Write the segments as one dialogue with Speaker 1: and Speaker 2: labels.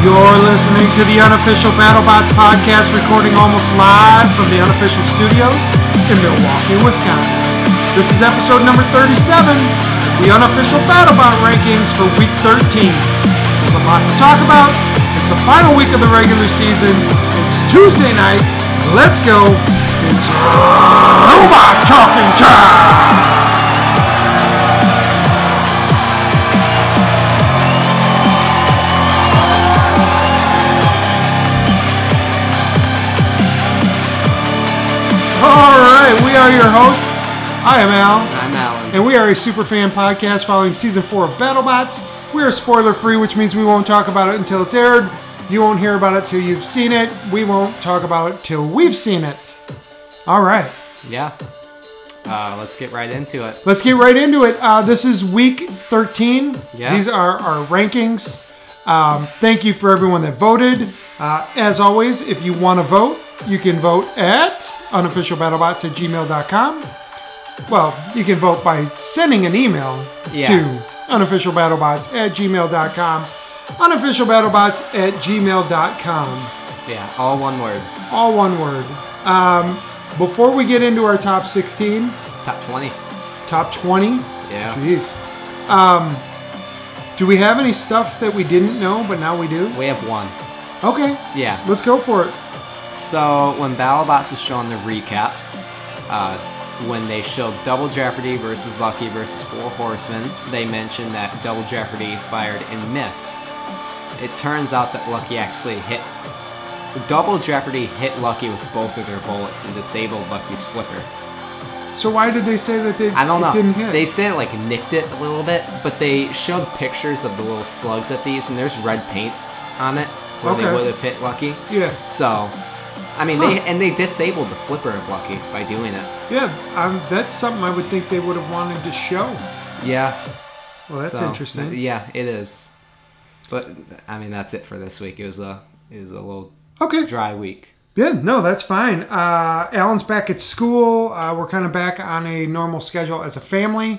Speaker 1: You're listening to the unofficial BattleBots podcast, recording almost live from the unofficial studios in Milwaukee, Wisconsin. This is episode number 37, the unofficial BattleBot rankings for week 13. There's a lot to talk about. It's the final week of the regular season. It's Tuesday night. Let's go. It's robot talking time. All right, we are your hosts. I am Al.
Speaker 2: I'm Alan.
Speaker 1: and we are a super fan podcast following season four of BattleBots. We are spoiler free, which means we won't talk about it until it's aired. You won't hear about it till you've seen it. We won't talk about it till we've seen it. All right,
Speaker 2: Yeah. Uh, let's get right into it.
Speaker 1: let's get right into it. Uh, this is week 13.
Speaker 2: Yeah.
Speaker 1: These are our rankings. Um, thank you for everyone that voted. Uh, as always, if you want to vote, you can vote at unofficialbattlebots at gmail.com. Well, you can vote by sending an email
Speaker 2: Yeah.
Speaker 1: to unofficialbattlebots at gmail.com. Unofficialbattlebots at gmail.com.
Speaker 2: Yeah, all one word.
Speaker 1: All one word. Um, before we get into our top 16,
Speaker 2: Top 20.
Speaker 1: top 20,
Speaker 2: Yeah.
Speaker 1: jeez. Um, do we have any stuff that we didn't know but now we do?
Speaker 2: We have one.
Speaker 1: Okay,
Speaker 2: Yeah.
Speaker 1: let's go for it.
Speaker 2: So when BattleBots was showing the recaps, uh, when they showed Double Jeopardy versus Lucky versus Four Horsemen, they mentioned that Double Jeopardy fired and missed. It turns out that Lucky actually hit. Double Jeopardy hit Lucky with both of their bullets and disabled Lucky's flipper.
Speaker 1: So why did they say that they
Speaker 2: I don't
Speaker 1: it
Speaker 2: know.
Speaker 1: didn't hit?
Speaker 2: They said it like nicked it a little bit, but they showed pictures of the little slugs at these, and there's red paint on it where
Speaker 1: Okay.
Speaker 2: they would have hit Lucky.
Speaker 1: yeah,
Speaker 2: So, I mean, they
Speaker 1: Huh.
Speaker 2: and they disabled the flipper of Lucky by doing it.
Speaker 1: yeah. Um, that's something I would think they would have wanted to show.
Speaker 2: Yeah,
Speaker 1: Well, that's
Speaker 2: so,
Speaker 1: interesting.
Speaker 2: Yeah, it is. But I mean, that's it for this week. It was a it was a little
Speaker 1: Okay.
Speaker 2: dry week.
Speaker 1: Yeah, no, that's fine. Uh, Alan's back at school. Uh, we're kind of back on a normal schedule as a family.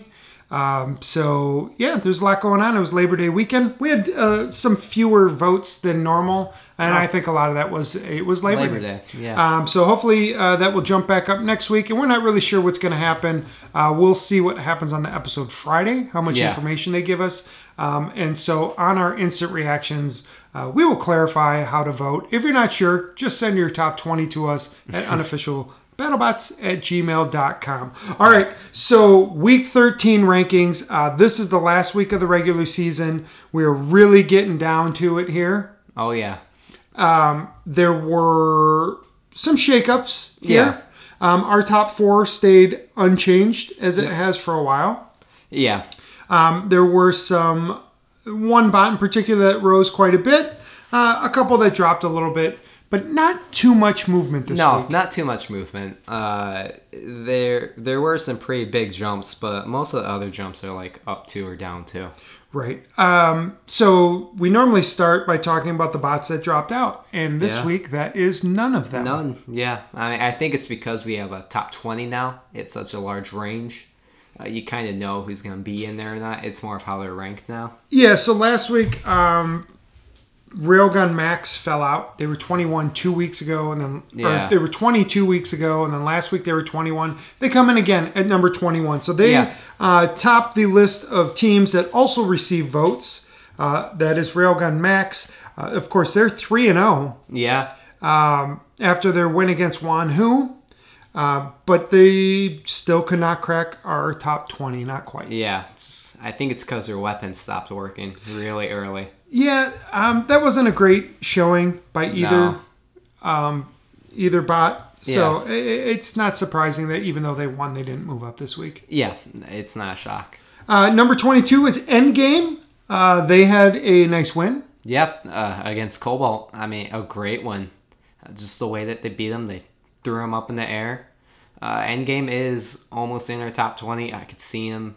Speaker 1: Um, so yeah, there's a lot going on. It was Labor Day weekend. We had uh, some fewer votes than normal, and I think a lot of that was it was Labor,
Speaker 2: Labor Day. Yeah.
Speaker 1: Um, so hopefully uh, that will jump back up next week, and we're not really sure what's going to happen. Uh, we'll see what happens on the episode Friday, how much
Speaker 2: Yeah.
Speaker 1: information they give us, um, and so on our instant reactions, uh, we will clarify how to vote. If you're not sure, just send your top twenty to us at unofficial. Battlebots at gmail.com. All right, so week 13 rankings. Uh, this is the last week of the regular season. We're really getting down to it here
Speaker 2: oh yeah.
Speaker 1: there were some shakeups
Speaker 2: Yeah.
Speaker 1: here. Um, our top four stayed unchanged as it has for a while.
Speaker 2: Yeah.
Speaker 1: Um, there were some one bot in particular that rose quite a bit, uh, a couple that dropped a little bit, but not too much movement this
Speaker 2: No,
Speaker 1: week.
Speaker 2: not too much movement. Uh, there there were some pretty big jumps, but most of the other jumps are like up two or down two.
Speaker 1: Right. Um, so we normally start by talking about the bots that dropped out, and this
Speaker 2: Yeah.
Speaker 1: week that is none of them.
Speaker 2: None. Yeah, I mean, I think it's because we have a top twenty now. It's such a large range. Uh, you kind of know who's gonna be in there or not. It's more of how they're ranked now.
Speaker 1: Yeah, so last week, um, Railgun Max fell out. They were 21 two weeks ago, and then or
Speaker 2: Yeah.
Speaker 1: they were 22 weeks ago, and then last week they were 21. They come in again at number 21. So they
Speaker 2: Yeah.
Speaker 1: uh, top the list of teams that also receive votes. Uh, that is Railgun Max. Uh, of course, they're 3 and 0
Speaker 2: Yeah,
Speaker 1: after their win against Wan Hu, uh, but they still could not crack our top 20. Not quite.
Speaker 2: yeah. It's- I think it's because their weapons stopped working really early.
Speaker 1: Yeah, um, that wasn't a great showing by either um,
Speaker 2: No.
Speaker 1: either bot. So i i- it's not surprising that even though they won, they didn't move up this week.
Speaker 2: Yeah, it's not a shock.
Speaker 1: Uh, number twenty-two is Endgame. Uh, they had a nice win.
Speaker 2: Yep, uh, against Cobalt. I mean, a great one. Uh, just the way that they beat him, they threw him up in the air. Uh, Endgame is almost in our top 20. I could see him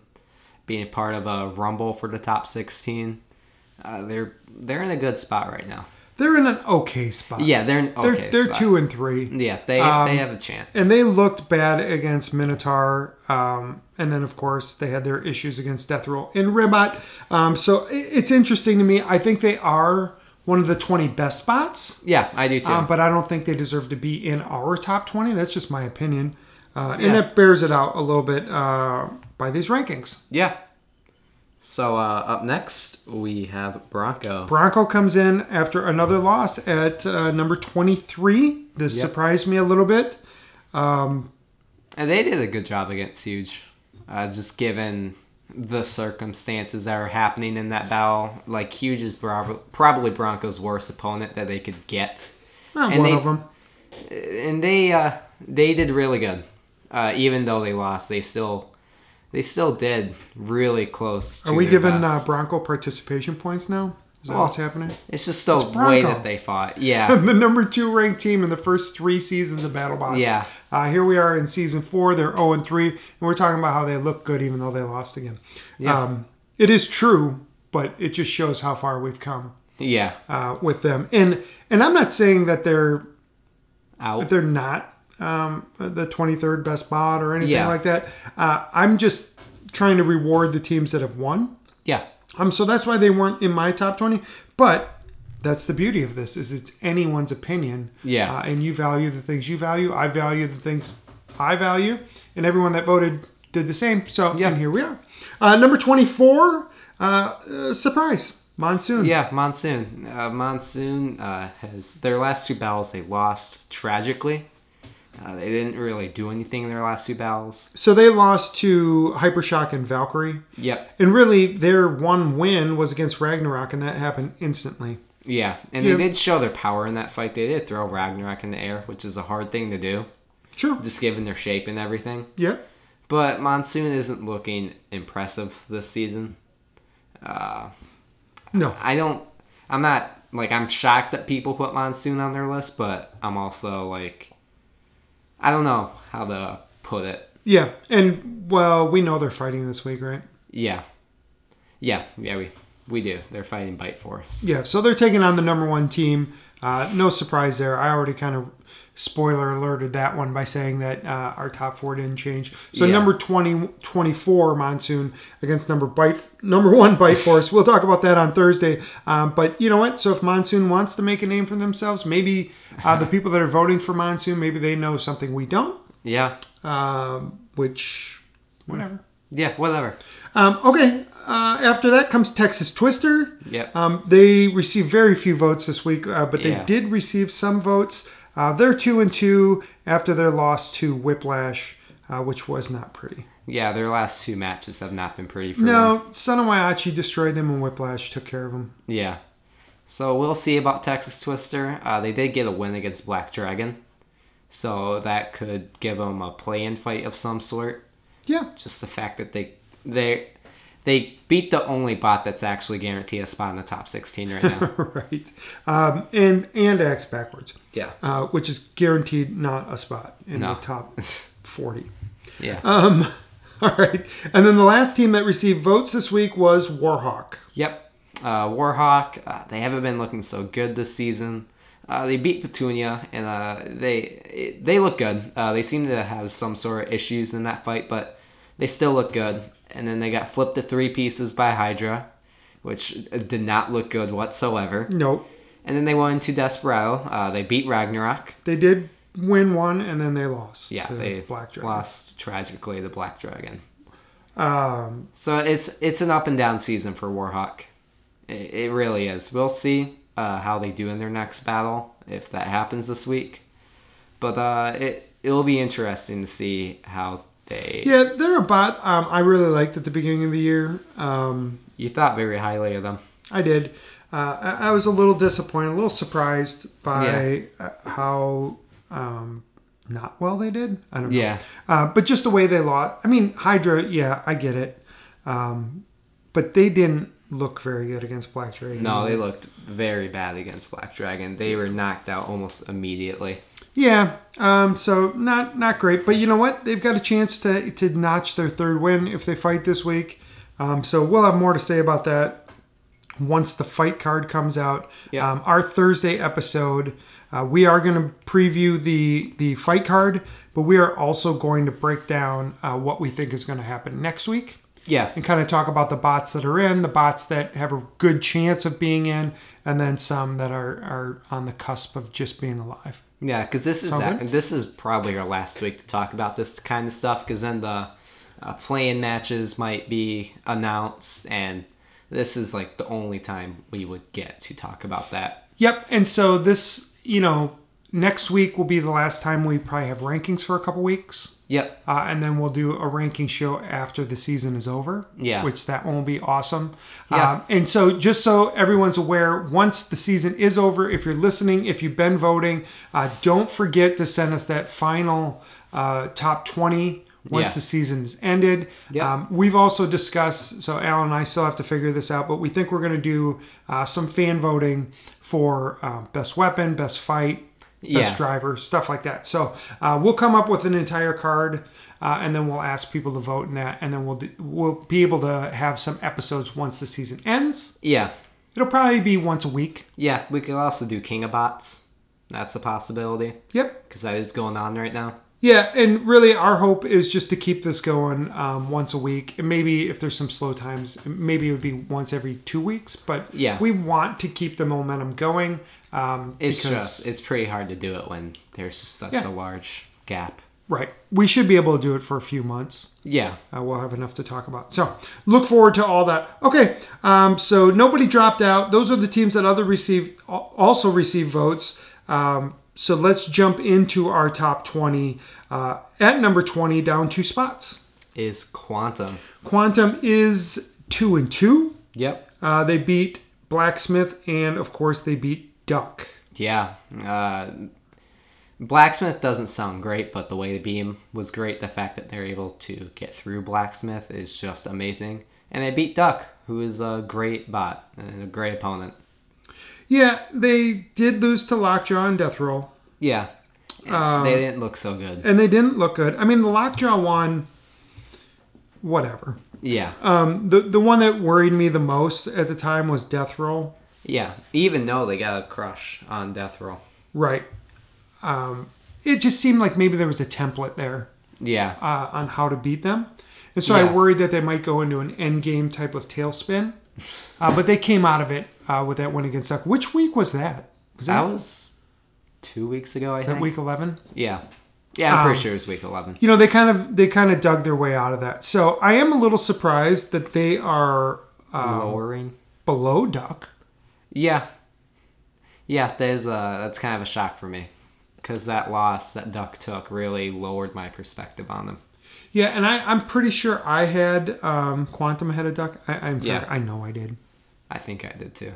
Speaker 2: being part of a rumble for the top 16. Uh, they're they're in a good spot right now.
Speaker 1: They're in an okay spot.
Speaker 2: Yeah, they're in
Speaker 1: they're
Speaker 2: okay
Speaker 1: they're
Speaker 2: spot.
Speaker 1: two and three.
Speaker 2: Yeah, they they have a chance.
Speaker 1: And they looked bad against Minotaur. Um, and then, of course, they had their issues against Death Roll and Ribot. Um, so i- it's interesting to me. I think they are one of the 20 best spots,
Speaker 2: Yeah, I do too.
Speaker 1: um, but I don't think they deserve to be in our top 20. That's just my opinion. Uh,
Speaker 2: Yeah.
Speaker 1: And it bears it out a little bit uh, by these rankings.
Speaker 2: yeah. So uh, up next we have Bronco.
Speaker 1: Bronco comes in after another loss at uh, number 23. This
Speaker 2: Yep.
Speaker 1: surprised me a little bit.
Speaker 2: And they did a good job against Huge, uh, just given the circumstances that are happening in that battle. Like Huge is prob- probably Bronco's worst opponent that they could get,
Speaker 1: Not
Speaker 2: And
Speaker 1: one
Speaker 2: they-
Speaker 1: of them.
Speaker 2: and they uh, they did really good. Uh, even though they lost, they still they still did really close. To
Speaker 1: Are we
Speaker 2: their
Speaker 1: giving uh,
Speaker 2: best.
Speaker 1: Bronco participation points now? Is that
Speaker 2: Well-
Speaker 1: what's happening?
Speaker 2: It's just the
Speaker 1: It's
Speaker 2: way
Speaker 1: Bronco.
Speaker 2: that they fought. Yeah,
Speaker 1: the number two ranked team in the first three seasons of BattleBots.
Speaker 2: Yeah.
Speaker 1: Uh, here we are in season four. They're 0 and 3, and we're talking about how they look good even though they lost again.
Speaker 2: Yeah.
Speaker 1: Um, it is true, but it just shows how far we've come
Speaker 2: yeah.
Speaker 1: uh, with them. And and I'm not saying that they're
Speaker 2: Out.
Speaker 1: they're not um, the 23rd best bot or anything
Speaker 2: Yeah.
Speaker 1: like that. Uh, I'm just trying to reward the teams that have won.
Speaker 2: Yeah.
Speaker 1: Um, so that's why they weren't in my top 20. But that's the beauty of this is it's anyone's opinion.
Speaker 2: Yeah.
Speaker 1: Uh, and you value the things you value. I value the things I value. And everyone that voted did the same. So
Speaker 2: Yeah.
Speaker 1: and here we are. Uh, number 24, uh, uh, surprise, Monsoon.
Speaker 2: Yeah, Monsoon. Uh, Monsoon uh, has their last two battles they lost tragically. Uh, they didn't really do anything in their last two battles.
Speaker 1: So they lost to Hypershock and Valkyrie.
Speaker 2: Yep.
Speaker 1: And really, their one win was against Ragnarok, and that happened instantly.
Speaker 2: Yeah, and
Speaker 1: Yeah.
Speaker 2: they did show their power in that fight. They did throw Ragnarok in the air, which is a hard thing to do,
Speaker 1: Sure.
Speaker 2: just given their shape and everything.
Speaker 1: Yeah.
Speaker 2: But Monsoon isn't looking impressive this season.
Speaker 1: No.
Speaker 2: I don't. I'm not like I'm shocked that people put Monsoon on their list, but I'm also like, I don't know how to put it.
Speaker 1: Yeah. And, well, we know they're fighting this week, right?
Speaker 2: Yeah. Yeah, yeah, we we do. They're fighting Bite Force.
Speaker 1: Yeah, so they're taking on the number one team. Uh, no surprise there. I already kind of spoiler alerted that one by saying that uh, our top four didn't change. So
Speaker 2: Yeah.
Speaker 1: number 20, 24 monsoon against number bite number one bite force. We'll talk about that on Thursday. Um, but you know what? So if monsoon wants to make a name for themselves, maybe uh, the people that are voting for monsoon, maybe they know something we don't.
Speaker 2: Yeah.
Speaker 1: Um, which whatever.
Speaker 2: Yeah, whatever.
Speaker 1: Um, okay. Uh, after that comes Texas Twister.
Speaker 2: Yep.
Speaker 1: Um, they received very few votes this week, uh, but they
Speaker 2: Yeah.
Speaker 1: did receive some votes. Uh, they're two and two after their loss to Whiplash, uh, which was not pretty.
Speaker 2: yeah, their last two matches have not been pretty for them.
Speaker 1: No, Sonomayachi destroyed them, and Whiplash took care of them.
Speaker 2: Yeah. So we'll see about Texas Twister. Uh, they did get a win against Black Dragon. So that could give them a play-in fight of some sort.
Speaker 1: Yeah,
Speaker 2: Just the fact that they they they beat the only bot that's actually guaranteed a spot in the top 16 right now.
Speaker 1: right. Um, and and acts backwards,
Speaker 2: yeah.
Speaker 1: uh, which is guaranteed not a spot in
Speaker 2: No.
Speaker 1: the top forty. Um,
Speaker 2: Yeah.
Speaker 1: All right, and then the last team that received votes this week was Warhawk.
Speaker 2: Yep. Uh, Warhawk, uh, they haven't been looking so good this season. Uh, they beat Petunia, and uh, they it- they look good. Uh, they seem to have some sort of issues in that fight, but they still look good. And then they got flipped to three pieces by Hydra, which uh, did not look good whatsoever.
Speaker 1: Nope,
Speaker 2: And then they won to Desperado. Uh, they beat Ragnarok.
Speaker 1: they did win one, and then they lost.
Speaker 2: Yeah,
Speaker 1: to
Speaker 2: they
Speaker 1: Black Dragon.
Speaker 2: lost tragically to Black Dragon. Um, so it's it's an up and down season for Warhawk. It, it really is. We'll see uh, how they do in their next battle if that happens this week. But uh, it it'll be interesting to see how they.
Speaker 1: Yeah, they're a bot. Um, I really liked at the beginning of the year. Um,
Speaker 2: You thought very highly of them.
Speaker 1: I did. Uh, I, I was a little disappointed, a little surprised by uh how um, not well they did. I don't know.
Speaker 2: Yeah.
Speaker 1: Uh, but just the way they lost. I mean, Hydra. Yeah, I get it. Um, but they didn't look very good against Black Dragon.
Speaker 2: No, they looked very bad against Black Dragon. They were knocked out almost immediately.
Speaker 1: Yeah. Um, so not not great, but you know what? They've got a chance to to notch their third win if they fight this week. Um, so we'll have more to say about that once the fight card comes out.
Speaker 2: Yeah.
Speaker 1: Um, our Thursday episode, uh, we are going to preview the the fight card, but we are also going to break down uh, what we think is going to happen next week.
Speaker 2: Yeah.
Speaker 1: and kind of talk about the bots that are in, the bots that have a good chance of being in, and then some that are, are on the cusp of just being alive.
Speaker 2: Yeah, because this is
Speaker 1: Okay.
Speaker 2: this is probably our last week to talk about this kind of stuff. Because then the uh, playing matches might be announced, and this is like the only time we would get to talk about that.
Speaker 1: Yep. And so this, you know, next week will be the last time we probably have rankings for a couple weeks.
Speaker 2: Yep.
Speaker 1: Uh, and then we'll do a ranking show after the season is over.
Speaker 2: Yeah.
Speaker 1: Which that won't be awesome.
Speaker 2: Yeah.
Speaker 1: Um, and so, just so everyone's aware, once the season is over, if you're listening, if you've been voting, uh, don't forget to send us that final uh, top 20 once
Speaker 2: Yeah.
Speaker 1: the season's ended.
Speaker 2: Yeah.
Speaker 1: Um, we've also discussed, so Alan and I still have to figure this out, but we think we're going to do uh, some fan voting for uh, best weapon, best fight, best
Speaker 2: Yeah.
Speaker 1: driver, stuff like that. So uh, we'll come up with an entire card, uh, and then we'll ask people to vote in that, and then we'll do, we'll be able to have some episodes once the season ends.
Speaker 2: Yeah.
Speaker 1: It'll probably be once a week.
Speaker 2: Yeah. We could also do King of Bots. That's a possibility
Speaker 1: Yep.
Speaker 2: because that is going on right now.
Speaker 1: Yeah, and really, our hope is just to keep this going um, once a week. And maybe if there's some slow times, maybe it would be once every two weeks. But
Speaker 2: Yeah.
Speaker 1: we want to keep the momentum going. Um,
Speaker 2: It's
Speaker 1: because,
Speaker 2: just it's pretty hard to do it when there's just such
Speaker 1: Yeah.
Speaker 2: a large gap.
Speaker 1: right. We should be able to do it for a few months.
Speaker 2: Yeah.
Speaker 1: Uh, we'll have enough to talk about. So look forward to all that. Okay, um, so nobody dropped out. Those are the teams that other receive al- also receive votes. Um, so let's jump into our top twenty. Uh, at number twenty, down two spots.
Speaker 2: Is Quantum.
Speaker 1: Quantum is two and two.
Speaker 2: Yep.
Speaker 1: Uh, they beat Blacksmith, and of course they beat Duck.
Speaker 2: Yeah. Uh, Blacksmith doesn't sound great, but the way the beam was great. The fact that they're able to get through Blacksmith is just amazing. And they beat Duck, who is a great bot and a great opponent.
Speaker 1: Yeah, they did lose to Lockjaw and Death Roll.
Speaker 2: Yeah.
Speaker 1: Um,
Speaker 2: they didn't look so good.
Speaker 1: and they didn't look good. I mean, the Lockjaw one, whatever.
Speaker 2: Yeah.
Speaker 1: Um, the the one that worried me the most at the time was Death Roll,
Speaker 2: yeah. Even though they got a crush on Death Roll.
Speaker 1: right? Um, it just seemed like maybe there was a template there
Speaker 2: Yeah.
Speaker 1: uh, on how to beat them, and so I
Speaker 2: Yeah.
Speaker 1: worried that they might go into an end game type of tailspin. Uh, but they came out of it uh, with that win against Duck. Which week was that? Was
Speaker 2: that
Speaker 1: that,
Speaker 2: was two weeks ago, I
Speaker 1: that
Speaker 2: think.
Speaker 1: week eleven?
Speaker 2: Yeah. Yeah, I'm pretty
Speaker 1: Um,
Speaker 2: sure it was week 11.
Speaker 1: you know they kind of they kind of dug their way out of that. So I am a little surprised that they are uh,
Speaker 2: Lowering.
Speaker 1: below Duck.
Speaker 2: Yeah. Yeah, there's uh that's kind of a shock for me. Because that loss that Duck took really lowered my perspective on them.
Speaker 1: Yeah, and I, I'm pretty sure I had um, Quantum ahead of Duck. I, I'm
Speaker 2: Yeah.
Speaker 1: I know I did.
Speaker 2: I think I did too.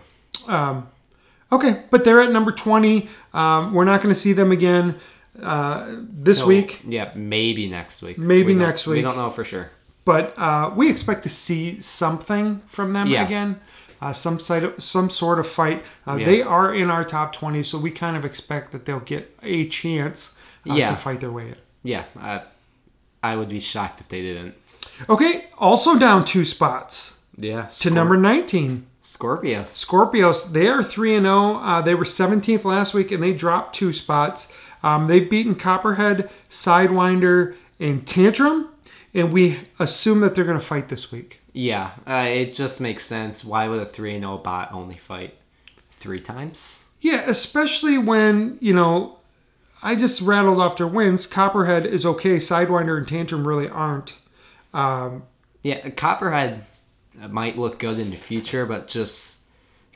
Speaker 1: Okay, but they're at number 20. Um, we're not going to see them again uh, this
Speaker 2: So,
Speaker 1: week,
Speaker 2: Yeah, maybe next week.
Speaker 1: Maybe
Speaker 2: We don't-
Speaker 1: next
Speaker 2: We
Speaker 1: week.
Speaker 2: don't know for sure.
Speaker 1: but uh, we expect to see something from them
Speaker 2: Yeah.
Speaker 1: again. Uh, some side, of- some sort of fight. Uh,
Speaker 2: Yeah.
Speaker 1: They are in our top 20, so we kind of expect that they'll get a chance uh,
Speaker 2: Yeah.
Speaker 1: to fight their way in.
Speaker 2: Yeah. I I would be shocked if they didn't.
Speaker 1: Okay, also down two spots
Speaker 2: Yeah.
Speaker 1: to number 19.
Speaker 2: Scorpius.
Speaker 1: Scorpios, they are 3 and 0. Uh, they were 17th last week and they dropped two spots. Um, they've beaten Copperhead, Sidewinder, and Tantrum, and we assume that they're going to fight this week.
Speaker 2: Yeah. Uh, it just makes sense. Why would a three and zero bot only fight three times?
Speaker 1: Yeah, especially when, you know, I just rattled off their wins. Copperhead is okay, Sidewinder and Tantrum really aren't.
Speaker 2: Yeah. Copperhead uh, might look good in the future, but just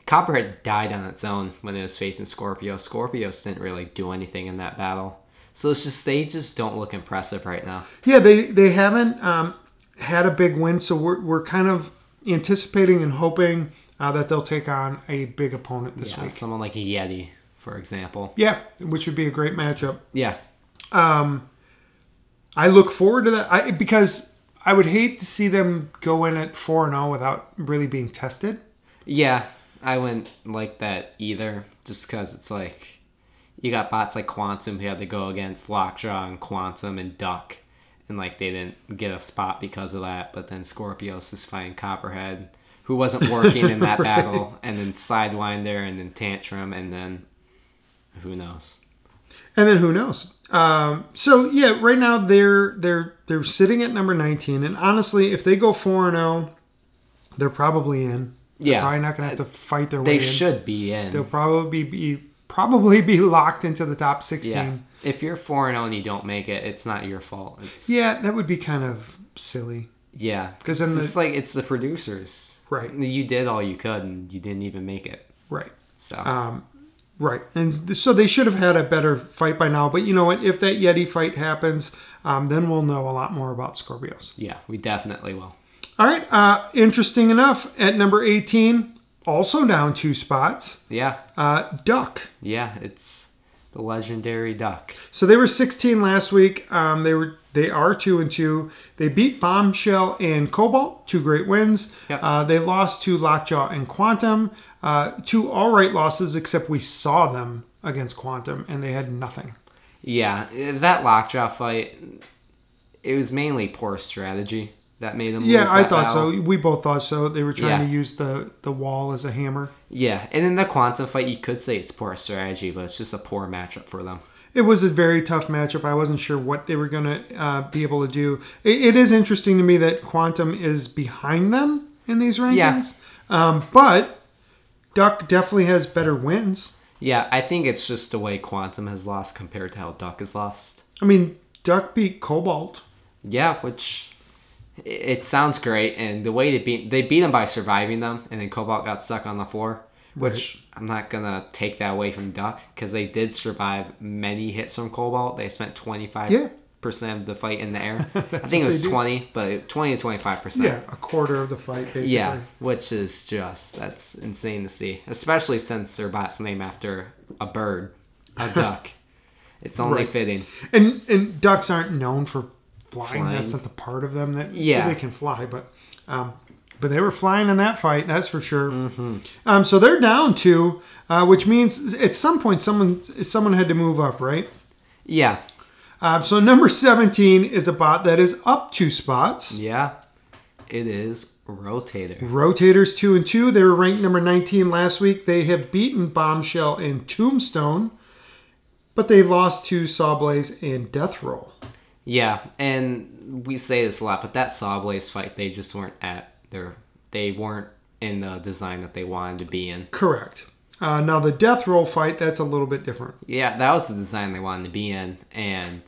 Speaker 2: Copperhead died on its own when it was facing Scorpio. Scorpios didn't really do anything in that battle. So it's just they just don't look impressive right now.
Speaker 1: Yeah, they, they haven't um, had a big win, so we're, we're kind of anticipating and hoping uh, that they'll take on a big opponent this
Speaker 2: Yeah,
Speaker 1: week.
Speaker 2: someone like a Yeti, for example.
Speaker 1: Yeah, which would be a great matchup.
Speaker 2: Yeah.
Speaker 1: I look forward to that I, because I would hate to see them go in at four and zero without really being tested.
Speaker 2: Yeah, I wouldn't like that either, just because it's like you got bots like Quantum who had to go against Lockjaw and Quantum and Duck, and like they didn't get a spot because of that. But then Scorpios is fighting Copperhead, who wasn't working in that battle, and then Sidewinder, and then Tantrum, and then who knows?
Speaker 1: And then who knows? Um, so yeah, right now they're they're they're sitting at number 19, and honestly, if they go four and zero, they're probably in. They're
Speaker 2: Yeah.
Speaker 1: probably not going to have to fight their way
Speaker 2: They
Speaker 1: in.
Speaker 2: should be in.
Speaker 1: They'll probably be probably be locked into the top 16.
Speaker 2: yeah.
Speaker 1: Yeah,
Speaker 2: If you're 4 0 and you don't make it, it's not your fault. It's,
Speaker 1: that would be kind of silly.
Speaker 2: Yeah.
Speaker 1: 'Cause
Speaker 2: Because
Speaker 1: then
Speaker 2: it's
Speaker 1: the-
Speaker 2: just like it's the producers.
Speaker 1: Right.
Speaker 2: You did all you could and you didn't even make it.
Speaker 1: Right.
Speaker 2: So
Speaker 1: Um, Right. And th- so they should have had a better fight by now. But you know what? If that Yeti fight happens, um, then we'll know a lot more about Scorpios.
Speaker 2: yeah, we definitely will.
Speaker 1: All right. Uh, interesting enough, at number 18, also down two spots,
Speaker 2: Yeah.
Speaker 1: uh, Duck.
Speaker 2: Yeah. It's the legendary duck.
Speaker 1: So they were 16 last week. Um, they were they are two and two. They beat Bombshell and Cobalt, two great wins.
Speaker 2: Yep.
Speaker 1: Uh, they lost to Lockjaw and Quantum, uh, two all right losses. Except we saw them against Quantum and they had nothing.
Speaker 2: Yeah. That lockjaw fight, it was mainly poor strategy that made them
Speaker 1: Yeah,
Speaker 2: lose
Speaker 1: I
Speaker 2: that
Speaker 1: thought
Speaker 2: battle.
Speaker 1: so. We both thought so. They were trying
Speaker 2: Yeah.
Speaker 1: to use the the wall as a hammer.
Speaker 2: Yeah, and in the quantum fight, you could say it's poor strategy, but it's just a poor matchup for them.
Speaker 1: It was a very tough matchup. I wasn't sure what they were going to uh, be able to do. It, it is interesting to me that Quantum is behind them in these rankings, um, but Duck definitely has better wins.
Speaker 2: Yeah, I think it's just the way quantum has lost compared to how duck has lost.
Speaker 1: I mean, Duck beat Cobalt.
Speaker 2: Yeah, which i- it sounds great, and the way they beat they beat them by surviving them, and then Cobalt got stuck on the floor. Which I'm not gonna take that away from Duck because they did survive many hits from Cobalt. They spent 25
Speaker 1: Yeah.
Speaker 2: percent of the fight in the air. I think it was
Speaker 1: they do.
Speaker 2: 20, but 20 to 25 percent.
Speaker 1: Yeah, a quarter of the fight basically.
Speaker 2: Yeah, which is just that's insane to see, especially since their bot's named after a bird, a duck. it's only
Speaker 1: Right.
Speaker 2: fitting.
Speaker 1: And and ducks aren't known for flying.
Speaker 2: Flying.
Speaker 1: That's not the part of them that
Speaker 2: Yeah.
Speaker 1: they can fly, but um, but they were flying in that fight. That's for sure.
Speaker 2: Mm-hmm.
Speaker 1: Um, so they're down two, uh, which means at some point someone someone had to move up, right?
Speaker 2: Yeah,
Speaker 1: Uh, so number seventeen is a bot that is up two spots.
Speaker 2: yeah, it is rotator.
Speaker 1: Rotators two and two. They were ranked number nineteen last week. They have beaten Bombshell and Tombstone, but they lost to Sawblaze and Death Roll.
Speaker 2: Yeah, and we say this a lot, but that Sawblaze fight, they just weren't at their, they weren't in the design that they wanted to be in.
Speaker 1: Correct. Uh, now the death roll fight, that's a little bit different.
Speaker 2: Yeah, that was the design they wanted to be in, and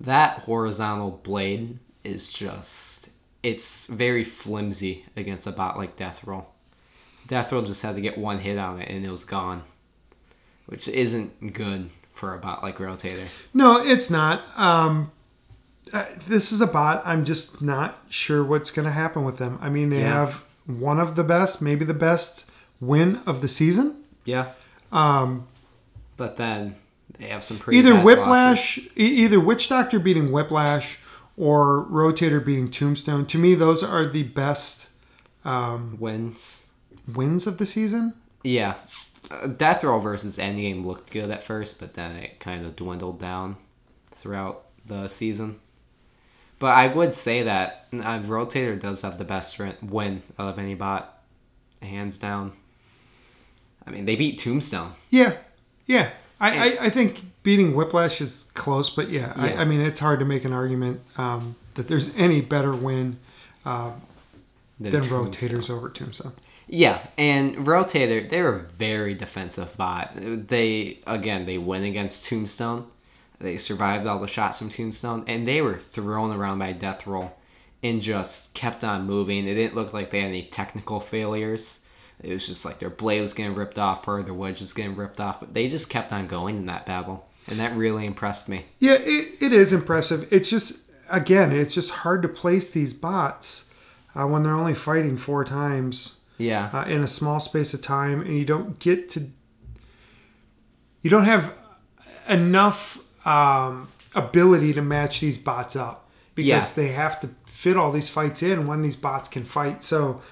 Speaker 2: that horizontal blade is just it's very flimsy against a bot like Death Roll. Death Roll just had to get one hit on it and it was gone. Which isn't good for a bot like Rotator.
Speaker 1: No, it's not. Um, uh, this is a bot. I'm just not sure what's going to happen with them. I mean, they
Speaker 2: Yeah.
Speaker 1: have one of the best, maybe the best win of the season.
Speaker 2: Yeah. Um But then they have some pretty
Speaker 1: Either
Speaker 2: bad losses.
Speaker 1: Whiplash, e- either Witch Doctor beating Whiplash or Rotator beating Tombstone. To me, those are the best
Speaker 2: wins.
Speaker 1: wins of the season.
Speaker 2: Yeah. Uh, Death Roll versus Endgame looked good at first, but then it kind of dwindled down throughout the season. But I would say that uh, Rotator does have the best rin- win out of any bot, hands down. I mean, they beat Tombstone.
Speaker 1: Yeah, yeah. I,
Speaker 2: And-
Speaker 1: I, I think beating Whiplash is close, but yeah, I,
Speaker 2: Yeah.
Speaker 1: I mean it's hard to make an argument um, that there's any better win
Speaker 2: Than
Speaker 1: than
Speaker 2: Tombstone.
Speaker 1: rotators over Tombstone.
Speaker 2: Yeah, and Rotator, they were a very defensive bot. They again, they went against Tombstone. They survived all the shots from Tombstone, and they were thrown around by Death Roll, and just kept on moving. It didn't look like they had any technical failures. It was just like their blade was getting ripped off, or their wedge was getting ripped off. But they just kept on going in that battle, and that really impressed me.
Speaker 1: Yeah, it, it is impressive. It's just again, it's just hard to place these bots uh, when they're only fighting four times
Speaker 2: Yeah,
Speaker 1: uh, in a small space of time, and you don't get to you don't have enough um, ability to match these bots up because they have to fit all these fights in when these bots can fight. So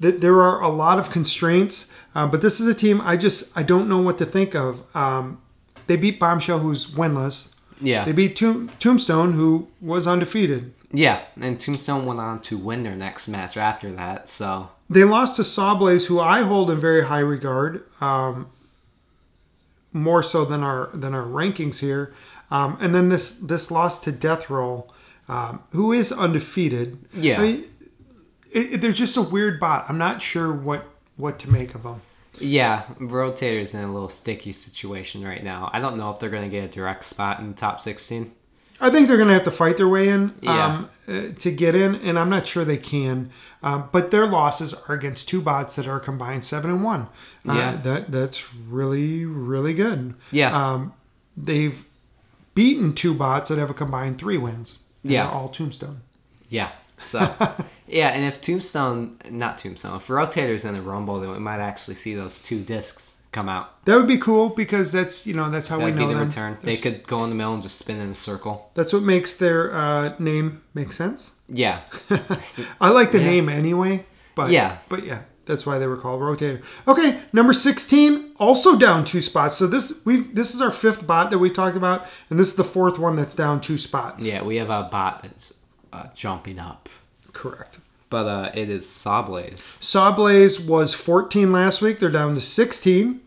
Speaker 1: th- there are a lot of constraints, uh, but this is a team I just I don't know what to think of. Um, they beat Bombshell, who's winless.
Speaker 2: yeah.
Speaker 1: They beat Tomb- Tombstone, who was undefeated.
Speaker 2: Yeah, and Tombstone went on to win their next match after that. So
Speaker 1: They lost to Sawblaze, who I hold in very high regard. Um, more so than our than our rankings here. Um, and then this this loss to Death Roll, um, who is undefeated.
Speaker 2: Yeah.
Speaker 1: I mean, it, it- they're just a weird bot. I'm not sure what what to make of them.
Speaker 2: Yeah, Rotator's in a little sticky situation right now. I don't know if they're going to get a direct spot in the top 16.
Speaker 1: I think they're going to have to fight their way in
Speaker 2: Yeah.
Speaker 1: um, uh, to get in, and I'm not sure they can. Um, but their losses are against two bots that are combined seven and one. Uh,
Speaker 2: Yeah.
Speaker 1: that that's really really good.
Speaker 2: Yeah.
Speaker 1: um, they've beaten two bots that have a combined three wins. And
Speaker 2: Yeah.
Speaker 1: they're all Tombstone.
Speaker 2: Yeah. So, yeah, and if Tombstone, not Tombstone, if Rotator's in the Rumble, then we might actually see those two discs come out.
Speaker 1: That would be cool because that's you know that's how
Speaker 2: That'd
Speaker 1: we
Speaker 2: be
Speaker 1: know
Speaker 2: the
Speaker 1: them.
Speaker 2: return. They
Speaker 1: That's-
Speaker 2: could go in the middle and just spin in a circle.
Speaker 1: That's what makes their uh, name make sense.
Speaker 2: Yeah.
Speaker 1: I like the
Speaker 2: Yeah.
Speaker 1: name anyway, but
Speaker 2: Yeah.
Speaker 1: but yeah, that's why they were called Rotator. Okay, number sixteen, also down two spots. So this we have this is our fifth bot that we talked about, and this is the fourth one that's down two spots.
Speaker 2: yeah, we have a bot that's uh, jumping up.
Speaker 1: correct.
Speaker 2: But uh, it is Sawblaze.
Speaker 1: Sawblaze was fourteen last week. They're down to sixteen.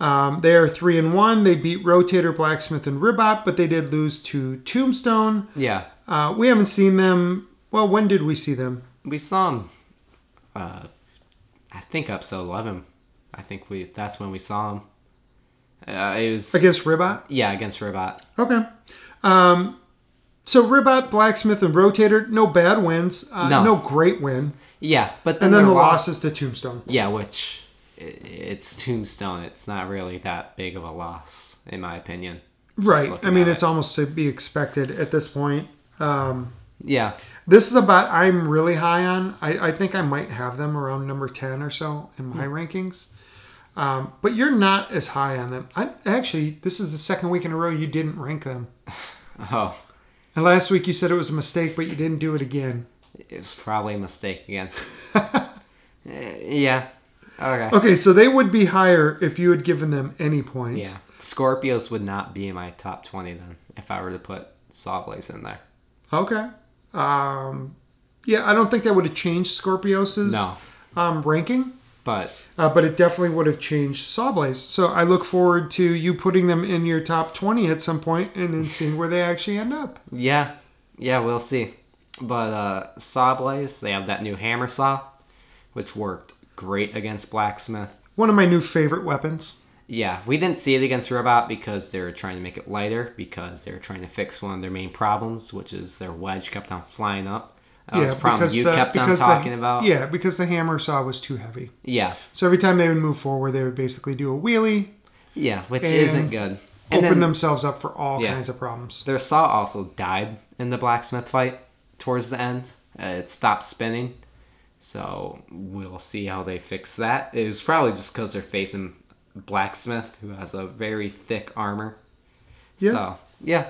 Speaker 1: Um, they are three and one. They beat Rotator, Blacksmith, and Ribot, but they did lose to Tombstone.
Speaker 2: Yeah.
Speaker 1: Uh, we haven't seen them. Well, when did we see them?
Speaker 2: We saw him, uh, I think episode 11. I think we that's when we saw him. Uh, it was.
Speaker 1: Against Ribot.
Speaker 2: Yeah, against Robot.
Speaker 1: Okay. Um, so Ribot, Blacksmith, and Rotator, no bad wins. Uh,
Speaker 2: No.
Speaker 1: no. great win.
Speaker 2: Yeah, but then,
Speaker 1: And then
Speaker 2: their
Speaker 1: the
Speaker 2: loss-
Speaker 1: losses to Tombstone.
Speaker 2: Yeah, which i- it's Tombstone. It's not really that big of a loss, in my opinion. Just
Speaker 1: Right.
Speaker 2: looking
Speaker 1: I mean,
Speaker 2: at
Speaker 1: it's
Speaker 2: it.
Speaker 1: almost to be expected at this point.
Speaker 2: yeah,
Speaker 1: This is a bot I'm really high on. I, I think I might have them around number 10 or so in my rankings. Um, but you're not as high on them. I, actually, this is the second week in a row you didn't rank them.
Speaker 2: oh,
Speaker 1: And last week you said it was a mistake, but you didn't do it again.
Speaker 2: it was probably a mistake again. Uh, yeah, okay.
Speaker 1: Okay, so they would be higher if you had given them any points.
Speaker 2: Yeah, Scorpios would not be in my top twenty then if I were to put Sawblaze in there.
Speaker 1: Okay. Um, yeah, I don't think that would have changed Scorpios'
Speaker 2: No.
Speaker 1: um, ranking,
Speaker 2: But
Speaker 1: uh, but it definitely would have changed Sawblaze. So I look forward to you putting them in your top 20 at some point and then seeing where they actually end up.
Speaker 2: yeah, yeah, we'll see. But uh, Sawblaze, they have that new hammer saw, which worked great against Blacksmith.
Speaker 1: One of my new favorite weapons.
Speaker 2: Yeah, we didn't see it against Robot because they were trying to make it lighter because they were trying to fix one of their main problems, which is their wedge kept on flying up. That was a problem you kept on
Speaker 1: because the-
Speaker 2: talking about.
Speaker 1: Yeah, because the hammer saw was too heavy.
Speaker 2: yeah,
Speaker 1: So every time they would move forward, they would basically do a wheelie,
Speaker 2: yeah, which
Speaker 1: And
Speaker 2: isn't good. And
Speaker 1: open
Speaker 2: then
Speaker 1: themselves up for all
Speaker 2: Yeah.
Speaker 1: kinds of problems.
Speaker 2: their saw also died in the blacksmith fight towards the end. Uh, it stopped spinning, so we'll see how they fix that. It was probably just because they're facing blacksmith, who has a very thick armor.
Speaker 1: Yeah.
Speaker 2: So yeah,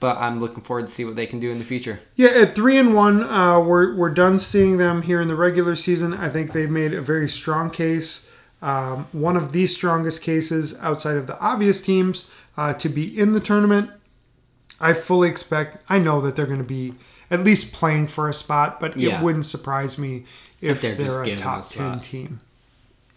Speaker 2: but I'm looking forward to see what they can do in the future.
Speaker 1: Yeah, at three and one, uh, we're we're done seeing them here in the regular season. I think they've made a very strong case, um, one of the strongest cases outside of the obvious teams uh, to be in the tournament. I fully expect. I know that they're going to be at least playing for a spot, but
Speaker 2: Yeah.
Speaker 1: it wouldn't surprise me if,
Speaker 2: they're
Speaker 1: they're,
Speaker 2: just
Speaker 1: a
Speaker 2: given a
Speaker 1: top ten
Speaker 2: spot.
Speaker 1: team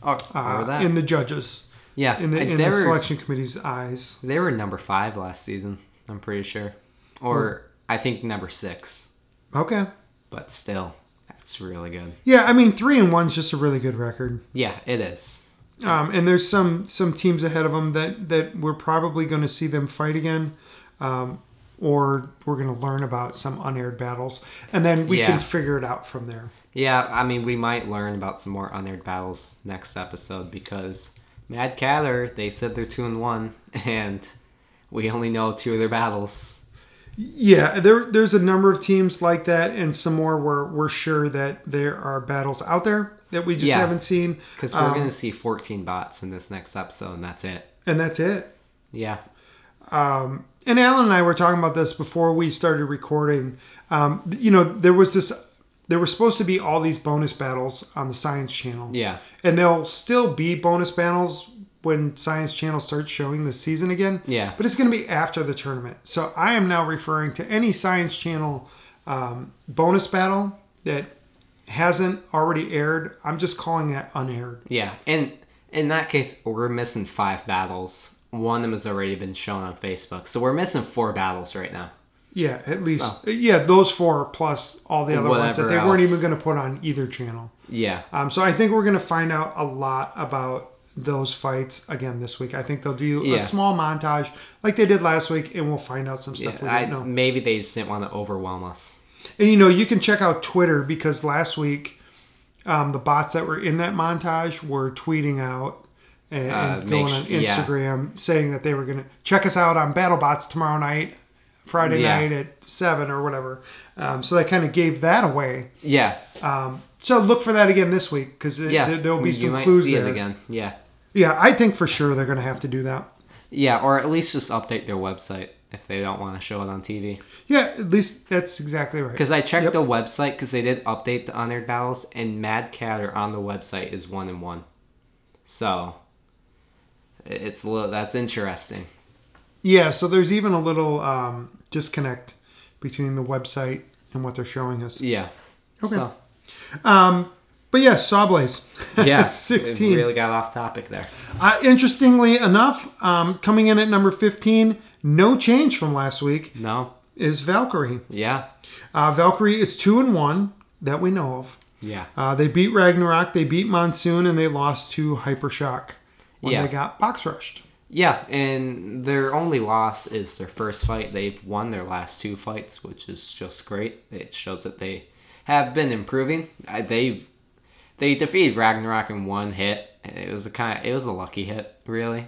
Speaker 2: Or,
Speaker 1: uh,
Speaker 2: Oh, or that.
Speaker 1: in the judges,
Speaker 2: yeah,
Speaker 1: in the,
Speaker 2: and
Speaker 1: in
Speaker 2: they,
Speaker 1: the
Speaker 2: were,
Speaker 1: selection committee's eyes.
Speaker 2: they were number five last season. I'm pretty sure, or I think number six.
Speaker 1: Okay.
Speaker 2: But still, that's really good.
Speaker 1: Yeah, I mean three and one's just a really good record.
Speaker 2: Yeah, it is.
Speaker 1: Um, and there's some some teams ahead of them that that we're probably going to see them fight again, um, or we're going to learn about some unaired battles, and then we
Speaker 2: Yeah.
Speaker 1: can figure it out from there.
Speaker 2: Yeah, I mean, we might learn about some more unaired battles next episode because Mad Catter, they said they're two and one, and we only know two of their battles.
Speaker 1: Yeah, there there's a number of teams like that, and some more where we're sure that there are battles out there that we just
Speaker 2: Yeah.
Speaker 1: haven't seen,
Speaker 2: Because we're
Speaker 1: Oh.
Speaker 2: going to see 14 bots in this next episode, and that's it.
Speaker 1: and that's it.
Speaker 2: Yeah.
Speaker 1: and Alan and I were talking about this before we started recording. Um, you know, there was this. There were supposed to be all these bonus battles on the Science Channel.
Speaker 2: Yeah.
Speaker 1: and there'll still be bonus battles when Science Channel starts showing the season again.
Speaker 2: Yeah.
Speaker 1: but it's going to be after the tournament. So I am now referring to any Science Channel um, bonus battle that hasn't already aired. I'm just calling that unaired.
Speaker 2: Yeah. And in that case, we're missing five battles One of them has already been shown on Facebook. So we're missing four battles right now.
Speaker 1: Yeah, at least
Speaker 2: So-
Speaker 1: yeah, those four plus all the other ones that
Speaker 2: Whatever
Speaker 1: they weren't
Speaker 2: else.
Speaker 1: even going to put on either channel.
Speaker 2: Yeah.
Speaker 1: Um, so I think we're going to find out a lot about those fights again this week. I think they'll do
Speaker 2: Yeah.
Speaker 1: a small montage like they did last week, and we'll find out some stuff we
Speaker 2: I,
Speaker 1: don't know.
Speaker 2: maybe they just didn't want to overwhelm us.
Speaker 1: And you know, you can check out Twitter because last week, um, the bots that were in that montage were tweeting out and, and
Speaker 2: Uh, make
Speaker 1: going
Speaker 2: su-
Speaker 1: on
Speaker 2: yeah.
Speaker 1: Instagram saying that they were going to check us out on BattleBots tomorrow night, Friday
Speaker 2: Yeah.
Speaker 1: night at seven or whatever. Um, so that kind of gave that away.
Speaker 2: Yeah.
Speaker 1: So look for that again this week because
Speaker 2: yeah.
Speaker 1: there, will be
Speaker 2: You
Speaker 1: some
Speaker 2: might
Speaker 1: clues
Speaker 2: see
Speaker 1: there.
Speaker 2: it again. Yeah.
Speaker 1: Yeah, I think for sure they're going to have to do that.
Speaker 2: Yeah, or at least just update their website if they don't want to show it on TV.
Speaker 1: Yeah, at least that's exactly right.
Speaker 2: Because I checked
Speaker 1: Yep.
Speaker 2: the website because they did update the Honored Battles, and Mad Cat are on the website is one and one. So i- it's a little that's interesting.
Speaker 1: Yeah, so there's even a little um, disconnect between the website and what they're showing us.
Speaker 2: Yeah. Okay. So
Speaker 1: But yeah, Sawblaze.
Speaker 2: yeah,
Speaker 1: 16.
Speaker 2: we really got off topic there.
Speaker 1: Uh, interestingly enough, um, coming in at number 15, no change from last week,
Speaker 2: No.
Speaker 1: is Valkyrie.
Speaker 2: Yeah.
Speaker 1: Uh, Valkyrie is 2 and 1 that we know of.
Speaker 2: Yeah.
Speaker 1: Uh, they beat Ragnarok, they beat Monsoon, and they lost to Hypershock when
Speaker 2: Yeah.
Speaker 1: they got box rushed.
Speaker 2: Yeah, and their only loss is their first fight. They've won their last two fights, which is just great. It shows that they have been improving. I- They've they defeated Ragnarok in one hit. and It was a kind of, it was a lucky hit, really.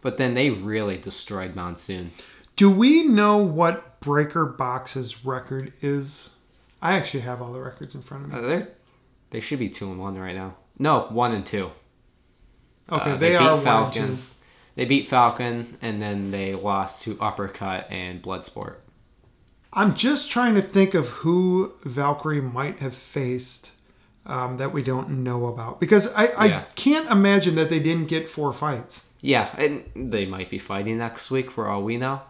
Speaker 2: But then they really destroyed Monsoon.
Speaker 1: Do we know what Breaker Box's record is? I actually have all the records in front of me.
Speaker 2: Uh, They're, they should be two and one right now. No, one and two.
Speaker 1: Okay,
Speaker 2: Uh,
Speaker 1: they, are
Speaker 2: Falcon.
Speaker 1: One and two.
Speaker 2: They beat Falcon, and then they lost to Uppercut and Bloodsport.
Speaker 1: I'm just trying to think of who Valkyrie might have faced um, that we don't know about because I, I
Speaker 2: Yeah.
Speaker 1: can't imagine that they didn't get four fights.
Speaker 2: Yeah, and they might be fighting next week for all we know.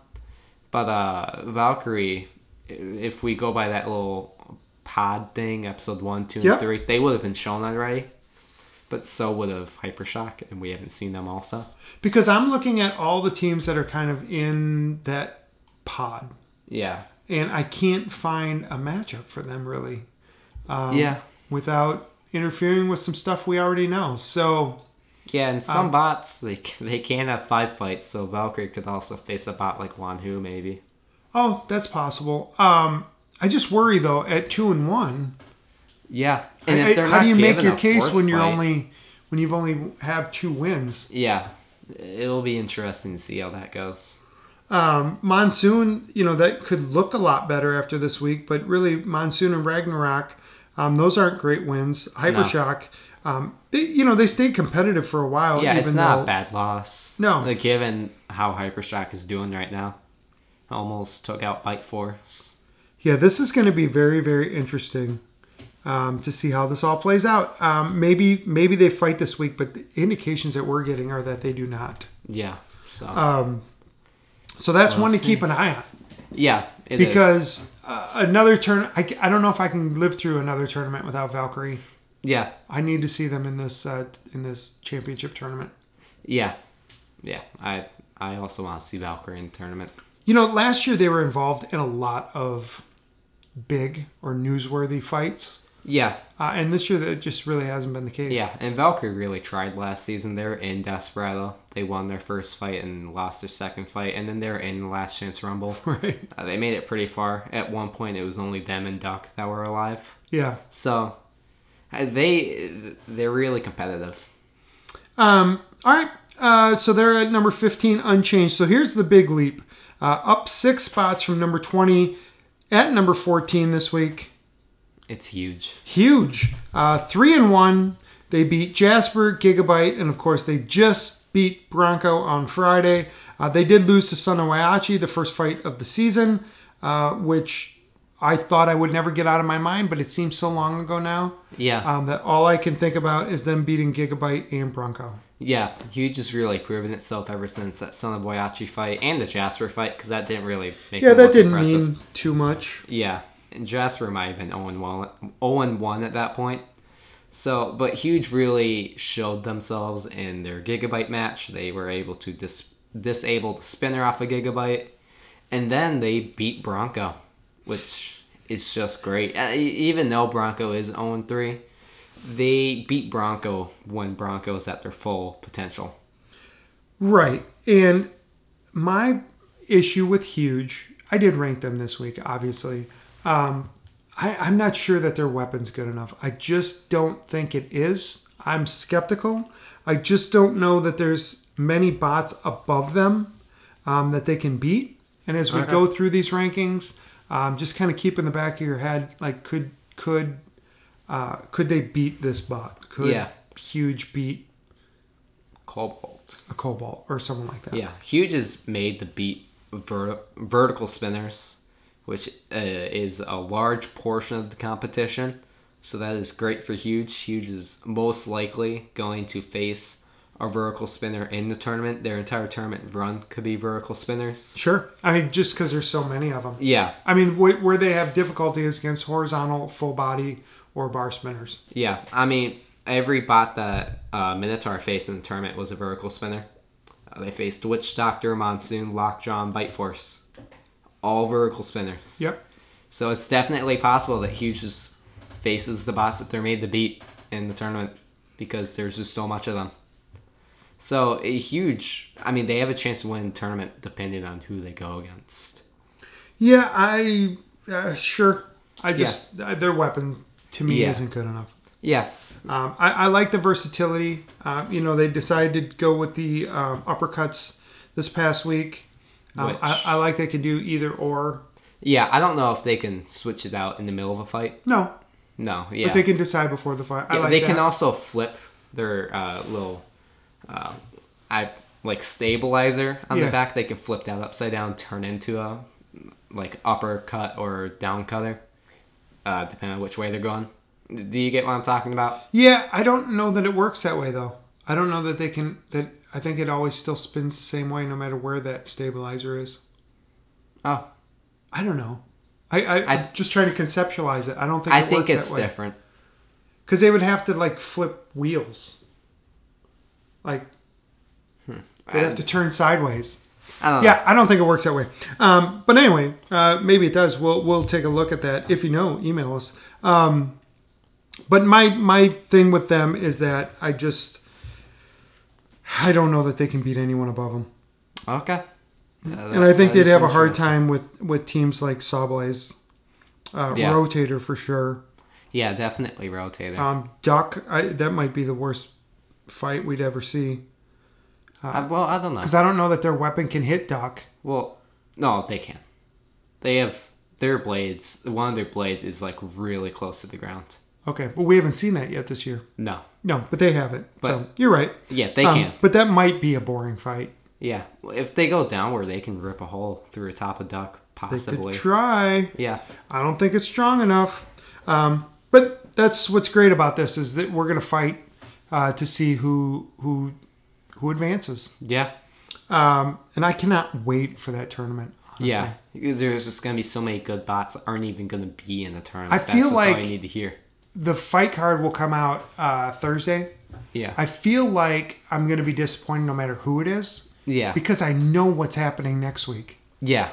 Speaker 2: But uh Valkyrie, i- if we go by that little pod thing, episode one, two,
Speaker 1: Yep.
Speaker 2: and three, they would have been shown already. But so would have Hypershock, and we haven't seen them also.
Speaker 1: Because I'm looking at all the teams that are kind of in that pod,
Speaker 2: Yeah.
Speaker 1: and I can't find a matchup for them really Um,
Speaker 2: yeah.
Speaker 1: without interfering with some stuff we already know. So
Speaker 2: Yeah, and
Speaker 1: um,
Speaker 2: some bots, they, c- they can have five fights, so Valkyrie could also face a bot like Wanhu, maybe.
Speaker 1: oh, that's possible. Um, I just worry though at two and one.
Speaker 2: Yeah. And
Speaker 1: I-
Speaker 2: if they're
Speaker 1: how do you
Speaker 2: not
Speaker 1: make
Speaker 2: given
Speaker 1: your
Speaker 2: a
Speaker 1: case
Speaker 2: fourth
Speaker 1: when you're
Speaker 2: fight-
Speaker 1: only when you've only have two wins?
Speaker 2: Yeah. It'll be interesting to see how that goes.
Speaker 1: Monsoon, you know, that could look a lot better after this week, but really, Monsoon and Ragnarok, um, those aren't great wins. Hypershock, um, they, you know, they stayed competitive for a while.
Speaker 2: Yeah,
Speaker 1: even
Speaker 2: it's not
Speaker 1: though,
Speaker 2: a bad loss.
Speaker 1: No.
Speaker 2: Like, given how Hypershock is doing right now. Almost took out Bite Force.
Speaker 1: Yeah, this is going to be very, very interesting um, to see how this all plays out. Um, maybe, maybe they fight this week, but the indications that we're getting are that they do not.
Speaker 2: Yeah. So
Speaker 1: Uh, So that's one to
Speaker 2: see.
Speaker 1: keep an eye on
Speaker 2: yeah, it is.
Speaker 1: because uh, another turn. I, I don't know if I can live through another tournament without Valkyrie.
Speaker 2: yeah,
Speaker 1: I need to see them in this uh, in this championship tournament.
Speaker 2: yeah, yeah. I I also want to see Valkyrie in the tournament.
Speaker 1: You know, last year they were involved in a lot of big or newsworthy fights,
Speaker 2: Yeah,
Speaker 1: uh, and this year that just really hasn't been the case.
Speaker 2: yeah. And Valkyrie really tried last season. They were in Desperado. They won their first fight and lost their second fight, and then they were in Last Chance Rumble.
Speaker 1: Right.
Speaker 2: Uh, they made it pretty far. At one point, it was only them and Duck that were alive.
Speaker 1: Yeah.
Speaker 2: So uh, they they're really competitive.
Speaker 1: Um, all right. Uh, so they're at number 15, unchanged. So here's the big leap. Uh, up six spots from number 20 at number 14 this week.
Speaker 2: It's huge.
Speaker 1: Huge. Uh, three and one. They beat Jasper, Gigabyte, and of course they just beat Bronco on Friday. Uh, they did lose to Son of Waiachi, the first fight of the season, uh, which I thought I would never get out of my mind, but it seems so long ago now
Speaker 2: Yeah.
Speaker 1: um, that all I can think about is them beating Gigabyte and Bronco.
Speaker 2: yeah. Huge has really proven itself ever since that Son of Boyachi fight and the Jasper fight because that didn't really make
Speaker 1: Yeah,
Speaker 2: him
Speaker 1: that
Speaker 2: look
Speaker 1: didn't
Speaker 2: impressive.
Speaker 1: mean too much.
Speaker 2: Yeah. And Jasper might have been 0 1, 0 1 at that point. So, but Huge really showed themselves in their Gigabyte match. They were able to dis- disabled Spinner off a Gigabyte, and then they beat Bronco, which is just great. Uh, e- Even though Bronco is 0 3, they beat Bronco when Bronco is at their full potential.
Speaker 1: Right. And my issue with Huge, I did rank them this week, obviously. Um, I, I'm not sure that their weapon's good enough. I just don't think it is. I'm skeptical. I just don't know that there's many bots above them um, that they can beat. And as we go through these rankings, um, just kind of keep in the back of your head, like could could uh, could they beat this bot? Could
Speaker 2: Yeah.
Speaker 1: Huge beat
Speaker 2: Cobalt.
Speaker 1: a Cobalt or someone like that?
Speaker 2: Yeah, Huge is made to beat ver- vertical spinners, which uh, is a large portion of the competition. So that is great for Huge. Huge is most likely going to face a vertical spinner in the tournament. Their entire tournament run could be vertical spinners.
Speaker 1: Sure. I mean, just because there's so many of them.
Speaker 2: Yeah,
Speaker 1: I mean, wh- where they have difficulty is against horizontal, full body, or bar spinners.
Speaker 2: yeah. I mean, every bot that uh, Minotaur faced in the tournament was a vertical spinner. Uh, they faced Witch Doctor, Monsoon, Lockjaw, and Bite Force. All vertical spinners.
Speaker 1: Yep.
Speaker 2: So it's definitely possible that Huge just faces the boss that they're made to beat in the tournament because there's just so much of them. So a Huge, I mean, they have a chance to win the tournament depending on who they go against.
Speaker 1: Yeah, I uh, sure. I just uh, their weapon to me
Speaker 2: Yeah.
Speaker 1: isn't good enough.
Speaker 2: Yeah,
Speaker 1: Um, I, I like the versatility. Uh, you know, they decided to go with the um, uppercuts this past week. Um,
Speaker 2: Which-
Speaker 1: I, I like they can do either or.
Speaker 2: yeah. I don't know if they can switch it out in the middle of a fight.
Speaker 1: No,
Speaker 2: No, yeah.
Speaker 1: but they can decide before the fight. I
Speaker 2: Yeah,
Speaker 1: like
Speaker 2: they
Speaker 1: that.
Speaker 2: can also flip their uh, little, uh, I like stabilizer on
Speaker 1: Yeah.
Speaker 2: the back. They can flip that upside down, turn into a like upper cut or down cutter, uh, depending on which way they're going. Do you get what I'm talking about?
Speaker 1: Yeah, I don't know that it works that way though. I don't know that they can. That I think it always still spins the same way, no matter where that stabilizer is.
Speaker 2: Oh,
Speaker 1: I don't know. I, I,
Speaker 2: I-
Speaker 1: am just trying to conceptualize it. I don't think
Speaker 2: I
Speaker 1: it
Speaker 2: think
Speaker 1: works
Speaker 2: it's
Speaker 1: that way
Speaker 2: different.
Speaker 1: because they would have to like flip wheels, like
Speaker 2: Hmm.
Speaker 1: they'd have to turn sideways.
Speaker 2: I don't know.
Speaker 1: Yeah, I don't think it works that way. Um, but anyway, uh, maybe it does. We'll we'll take a look at that. If you know, email us. Um, but my my thing with them is that I just I don't know that they can beat anyone above them,
Speaker 2: Okay.
Speaker 1: and I think they'd have a hard time with with teams like Sawblaze, uh,
Speaker 2: Yeah.
Speaker 1: Rotator for sure.
Speaker 2: Yeah, definitely rotator.
Speaker 1: Um, Duck, I, that might be the worst fight we'd ever see
Speaker 2: Uh, well, I don't know.
Speaker 1: because I don't know that their weapon can hit Duck.
Speaker 2: Well, no, they can. They have their blades. One of their blades is like really close to the ground.
Speaker 1: Okay, but we haven't seen that yet this year.
Speaker 2: No.
Speaker 1: No, but they haven't. so
Speaker 2: But-
Speaker 1: you're right.
Speaker 2: Yeah, they
Speaker 1: Um,
Speaker 2: can.
Speaker 1: But that might be a boring fight.
Speaker 2: Yeah, if they go downward, they can rip a hole through the top of duck, possibly.
Speaker 1: Could try.
Speaker 2: yeah,
Speaker 1: I don't think it's strong enough. Um, but that's what's great about this is that we're gonna fight uh, to see who who who advances.
Speaker 2: yeah,
Speaker 1: And I cannot wait for that tournament. Honestly.
Speaker 2: yeah. There's just gonna be so many good bots that aren't even gonna be in the tournament.
Speaker 1: I
Speaker 2: That's
Speaker 1: feel
Speaker 2: just all
Speaker 1: like-
Speaker 2: you need to hear.
Speaker 1: The fight card will come out uh, Thursday.
Speaker 2: Yeah,
Speaker 1: I feel like I'm gonna be disappointed no matter who it is
Speaker 2: yeah,
Speaker 1: because I know what's happening next week.
Speaker 2: yeah,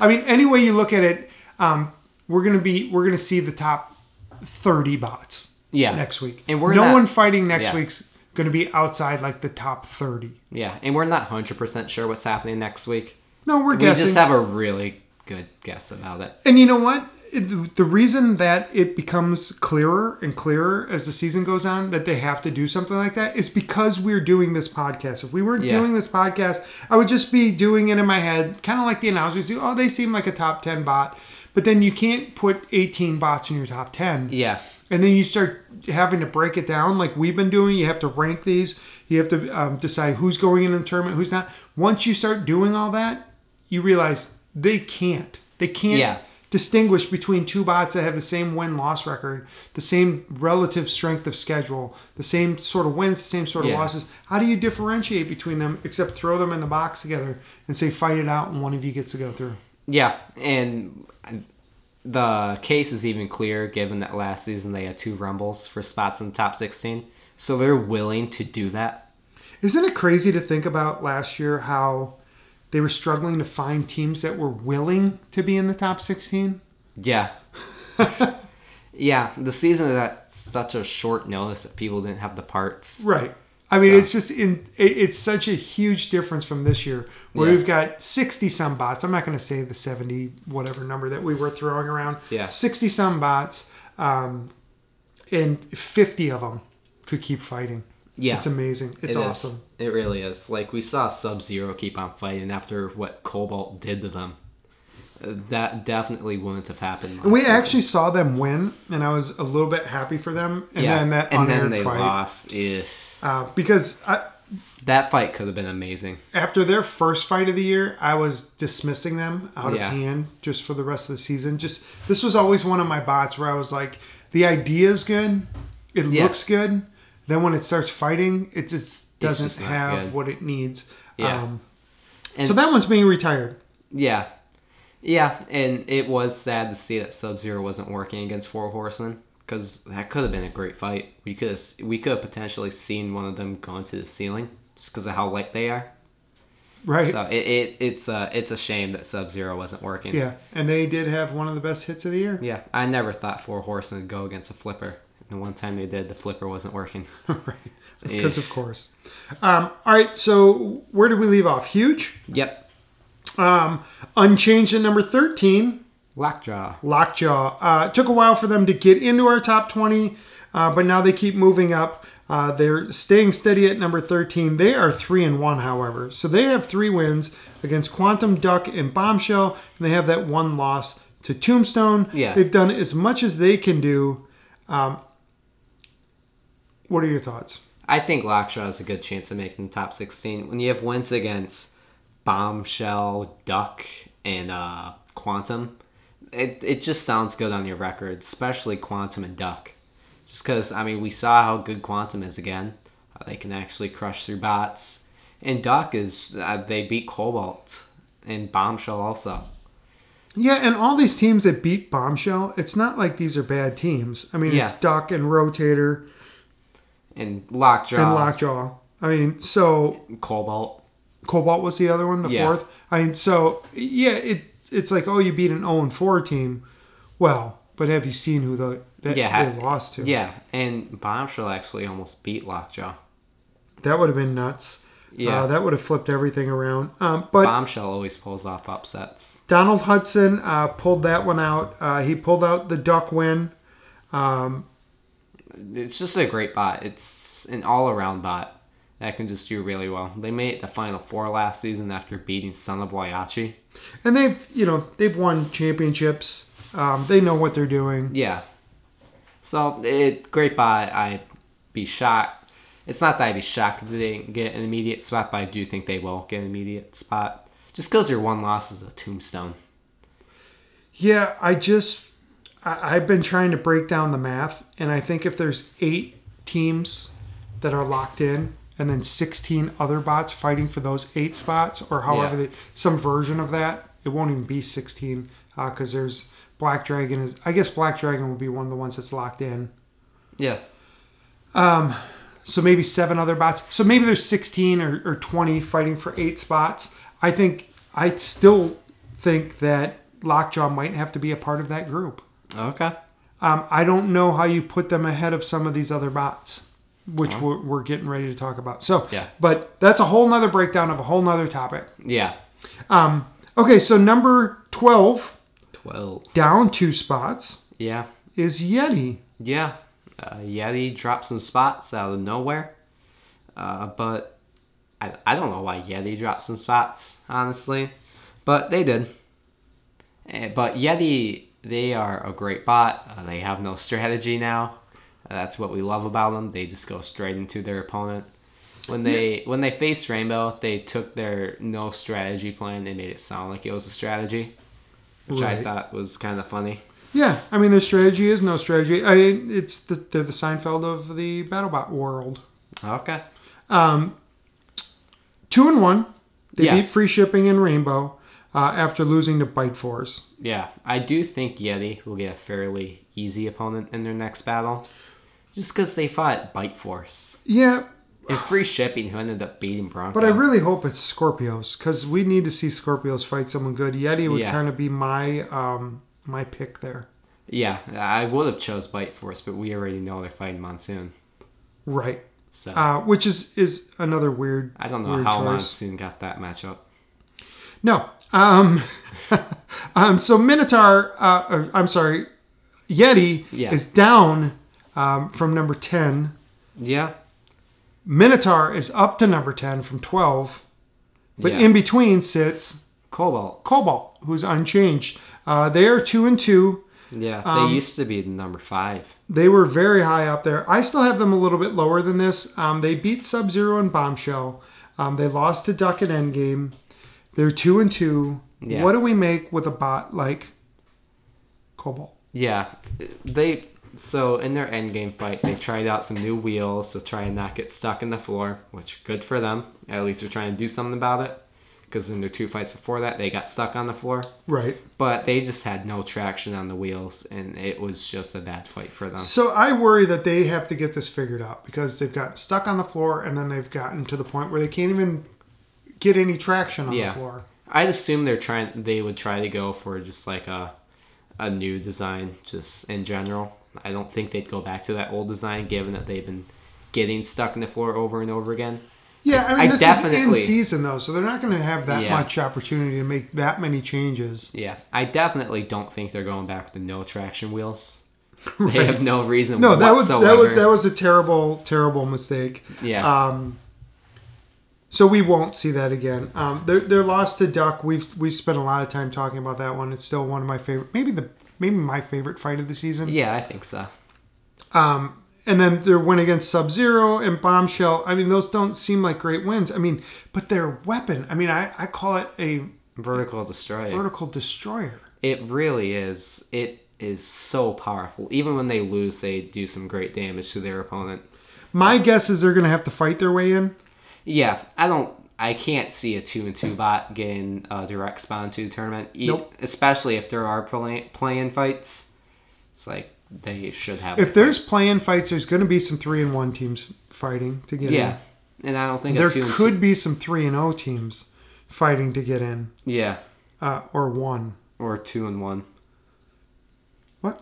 Speaker 1: I mean, any way you look at it, um, we're gonna be we're gonna see the top thirty bots
Speaker 2: Yeah.
Speaker 1: next week,
Speaker 2: And we're
Speaker 1: no
Speaker 2: not-
Speaker 1: one fighting next
Speaker 2: Yeah.
Speaker 1: week's gonna be outside like the top thirty.
Speaker 2: yeah. And we're not hundred percent sure what's happening next week.
Speaker 1: No, we're
Speaker 2: We
Speaker 1: guessing.
Speaker 2: just have a really good guess about it.
Speaker 1: and you know what? It- The reason that it becomes clearer and clearer as the season goes on that they have to do something like that is because we're doing this podcast. If we weren't
Speaker 2: Yeah.
Speaker 1: doing this podcast, I would just be doing it in my head, kind of like the announcers do. Oh, they seem like a top ten bot, but then you can't put eighteen bots in your top ten.
Speaker 2: Yeah,
Speaker 1: and then you start having to break it down like we've been doing you have to rank these you have to um, decide who's going in the tournament who's not once you start doing all that you realize they can't they can't
Speaker 2: Yeah.
Speaker 1: distinguish between two bots that have the same win-loss record the same relative strength of schedule the same sort of wins the same sort of
Speaker 2: Yeah.
Speaker 1: losses how do you differentiate between them except throw them in the box together and say fight it out and one of you gets to go through
Speaker 2: Yeah, and the case is even clearer given that last season they had two rumbles for spots in the top 16. So they're willing to do that.
Speaker 1: Isn't it crazy to think about last year how they were struggling to find teams that were willing to be in the top 16?
Speaker 2: Yeah. yeah, the season is at such a short notice that people didn't have the parts.
Speaker 1: Right. I mean,
Speaker 2: So-
Speaker 1: it's just in. It, it's such a huge difference from this year, where
Speaker 2: Yeah.
Speaker 1: we've got sixty some bots. I'm not going to say the seventy whatever number that we were throwing around.
Speaker 2: Yeah.
Speaker 1: sixty some bots, um, and fifty of them could keep fighting.
Speaker 2: Yeah.
Speaker 1: it's amazing. It's
Speaker 2: It is.
Speaker 1: awesome.
Speaker 2: It really is. Like we saw Sub Zero keep on fighting after what Cobalt did to them. Uh, That definitely wouldn't have happened. last
Speaker 1: We
Speaker 2: season.
Speaker 1: actually saw them win, and I was a little bit happy for them. And
Speaker 2: yeah,
Speaker 1: then that
Speaker 2: and then
Speaker 1: unaired
Speaker 2: they
Speaker 1: fight,
Speaker 2: lost. Ugh.
Speaker 1: uh, because I,
Speaker 2: That fight could have been amazing.
Speaker 1: after their first fight of the year, I was dismissing them out
Speaker 2: Yeah.
Speaker 1: of hand just for the rest of the season. Just this was always one of my bots where I was like, the idea is good, it
Speaker 2: Yeah.
Speaker 1: looks good. Then when it starts fighting, it just doesn't
Speaker 2: just not
Speaker 1: have
Speaker 2: good.
Speaker 1: what it needs.
Speaker 2: Yeah.
Speaker 1: Um,
Speaker 2: And-
Speaker 1: so that one's being retired.
Speaker 2: Yeah. Yeah, and it was sad to see that Sub Zero wasn't working against Four Horsemen because that could have been a great fight. We could have, we could have potentially seen one of them going to the ceiling just because of how light they are.
Speaker 1: Right.
Speaker 2: So it, it it's uh it's a shame that Sub Zero wasn't working.
Speaker 1: yeah. And they did have one of the best hits of the year.
Speaker 2: Yeah, I never thought Four Horsemen would go against a flipper. And the one time they did, the flipper wasn't working.
Speaker 1: right. Because of course. Um, all right. So where did we leave off? Huge.
Speaker 2: Yep.
Speaker 1: Um, unchanged at number 13.
Speaker 2: Lockjaw.
Speaker 1: Lockjaw. Uh, it took a while for them to get into our top 20, uh, but now they keep moving up. Uh, they're staying steady at number 13. They are 3 and 1, however. So they have three wins against Quantum Duck and Bombshell, and they have that one loss to Tombstone.
Speaker 2: Yeah.
Speaker 1: They've done as much as they can do. Um, what are your thoughts?
Speaker 2: I think Lockjaw has a good chance of making the top 16. When you have wins against Bombshell, Duck, and uh, Quantum, it, it just sounds good on your record, especially Quantum and Duck. Just because, I mean, we saw how good Quantum is again. How they can actually crush through bots. And Duck is, uh, they beat Cobalt and Bombshell also.
Speaker 1: Yeah, and all these teams that beat Bombshell, it's not like these are bad teams. I mean, it's
Speaker 2: Yeah.
Speaker 1: Duck and Rotator
Speaker 2: And Lockjaw,
Speaker 1: and Lockjaw. I mean, so
Speaker 2: Cobalt.
Speaker 1: Cobalt was the other one, the
Speaker 2: Yeah.
Speaker 1: fourth. I mean, so yeah, it it's like oh, you beat an zero and four team. Well, but have you seen who the that
Speaker 2: Yeah.
Speaker 1: they lost to?
Speaker 2: Yeah, and Bombshell actually almost beat Lockjaw.
Speaker 1: that would have been nuts.
Speaker 2: Yeah.
Speaker 1: uh, that would have flipped everything around. Um, but
Speaker 2: Bombshell always pulls off upsets.
Speaker 1: Donald Hudson uh, pulled that one out. Uh, he pulled out the duck win.
Speaker 2: It's just a great bot. It's an all around bot that can just do really well. They made it to Final Four last season after beating Son of Wayachi.
Speaker 1: and they've you know they've won championships. Um, they know what they're doing.
Speaker 2: Yeah. So, it great bot. I'd be shocked. It's not that I'd be shocked if they didn't get an immediate spot, but I do think they will get an immediate spot. Just because your one loss is a tombstone.
Speaker 1: Yeah, I just I, I've been trying to break down the math, and I think if there's eight teams that are locked in, and then 16 other bots fighting for those eight spots, or however
Speaker 2: Yeah.
Speaker 1: they, some version of that, it won't even be 16 because there's Black Dragon is I guess Black Dragon will be one of the ones that's locked in.
Speaker 2: Yeah.
Speaker 1: So maybe seven other bots. So maybe there's 16 or, or 20 fighting for eight spots. I think I still think that Lockjaw might have to be a part of that group.
Speaker 2: Okay.
Speaker 1: Um, I don't know how you put them ahead of some of these other bots, which we're, we're getting ready to talk about. So,
Speaker 2: Uh-huh. Yeah.
Speaker 1: but that's a whole nother breakdown of a whole nother topic.
Speaker 2: Yeah.
Speaker 1: Okay, so number 12,
Speaker 2: 12.
Speaker 1: down two spots,
Speaker 2: Yeah.
Speaker 1: is Yeti.
Speaker 2: Yeah, uh, Yeti dropped some spots out of nowhere, uh, but I, I don't know why Yeti dropped some spots, honestly, but they did. Eh, But Yeti, they are a great bot. Uh, they have no strategy now. Uh, that's what we love about them. They just go straight into their opponent. When they when they faced Rainbow, they took their no strategy plan. They made it sound like it was a strategy, which I
Speaker 1: Right.
Speaker 2: thought was kind of funny.
Speaker 1: Yeah, I mean, their strategy is no strategy. I mean, it's the, they're the Seinfeld of the BattleBot world.
Speaker 2: Okay.
Speaker 1: Two and one, they
Speaker 2: Yeah.
Speaker 1: beat Free Shipping and Rainbow uh, after losing to Bite Force.
Speaker 2: Yeah, I do think Yeti will get a fairly easy opponent in their next battle, just because they fought Bite Force.
Speaker 1: Yeah,
Speaker 2: and free shipping who ended up beating Bronco.
Speaker 1: But I really hope it's Scorpios because we need to see Scorpios fight someone good. Yeti would
Speaker 2: Yeah.
Speaker 1: kind of be my um my pick there.
Speaker 2: yeah, I would have chose Bite Force, but we already know they're fighting Monsoon.
Speaker 1: Right.
Speaker 2: So
Speaker 1: Uh, which is is another weird.
Speaker 2: I don't know
Speaker 1: weird
Speaker 2: how
Speaker 1: choice.
Speaker 2: Monsoon got that matchup.
Speaker 1: No. Um, um, so Minotaur, uh, or, I'm sorry, Yeti
Speaker 2: Yeah.
Speaker 1: is down um, from number 10.
Speaker 2: Yeah,
Speaker 1: Minotaur is up to number 10 from 12. But
Speaker 2: Yeah.
Speaker 1: in between sits
Speaker 2: Cobalt.
Speaker 1: Cobalt, who's unchanged. Uh, they are 2 and 2.
Speaker 2: Yeah, they
Speaker 1: Um,
Speaker 2: used to be number five.
Speaker 1: They were very high up there. I still have them a little bit lower than this. Um, they beat Sub Zero and Bombshell. Um, they lost to Duck and Endgame. They're two and two.
Speaker 2: Yeah.
Speaker 1: What do we make with a bot like Cobalt?
Speaker 2: Yeah, they so in their endgame fight they tried out some new wheels to try and not get stuck in the floor, which good for them. At least they're trying to do something about it, because in their two fights before that they got stuck on the floor.
Speaker 1: Right.
Speaker 2: But they just had no traction on the wheels, and it was just a bad fight for them.
Speaker 1: So I worry that they have to get this figured out because they've gotten stuck on the floor and then they've gotten to the point where they can't even get any traction on
Speaker 2: Yeah.
Speaker 1: the floor.
Speaker 2: I'd assume they're trying. They would try to go for just like a a new design, just in general. I don't think they'd go back to that old design, given that they've been getting stuck in the floor over and over again.
Speaker 1: Yeah, I mean
Speaker 2: I
Speaker 1: this is in
Speaker 2: definitely-
Speaker 1: season though, so they're not going to have that
Speaker 2: Yeah.
Speaker 1: much opportunity to make that many changes.
Speaker 2: Yeah, I definitely don't think they're going back to no traction wheels. They have no reason.
Speaker 1: No, that was
Speaker 2: whatsoever.
Speaker 1: that was that was a terrible, terrible mistake.
Speaker 2: yeah,
Speaker 1: Um, so we won't see that again. Um, their their loss to Duck, we've we've spent a lot of time talking about that one. It's still one of my favorite, maybe the maybe my favorite fight of the season.
Speaker 2: yeah. I think so.
Speaker 1: And then their win against Sub Zero and Bombshell. I mean, those don't seem like great wins. I mean, but their weapon. I mean, I I call it a
Speaker 2: Vertical destroyer.
Speaker 1: vertical destroyer.
Speaker 2: it really is. It is so powerful. Even when they lose, they do some great damage to their opponent.
Speaker 1: My guess is they're going to have to fight their way in.
Speaker 2: Yeah, I don't. I can't see a two and two bot getting a direct spawn to the tournament. E-
Speaker 1: Nope.
Speaker 2: Especially if there are play- play-in fights. It's like they should have.
Speaker 1: If there's play-in fights, there's going to be some three and one teams fighting to get in.
Speaker 2: yeah, and I don't think
Speaker 1: there
Speaker 2: a two and
Speaker 1: could be some three and O teams fighting to get in,
Speaker 2: two, yeah
Speaker 1: uh, or one.
Speaker 2: or two and one.
Speaker 1: What?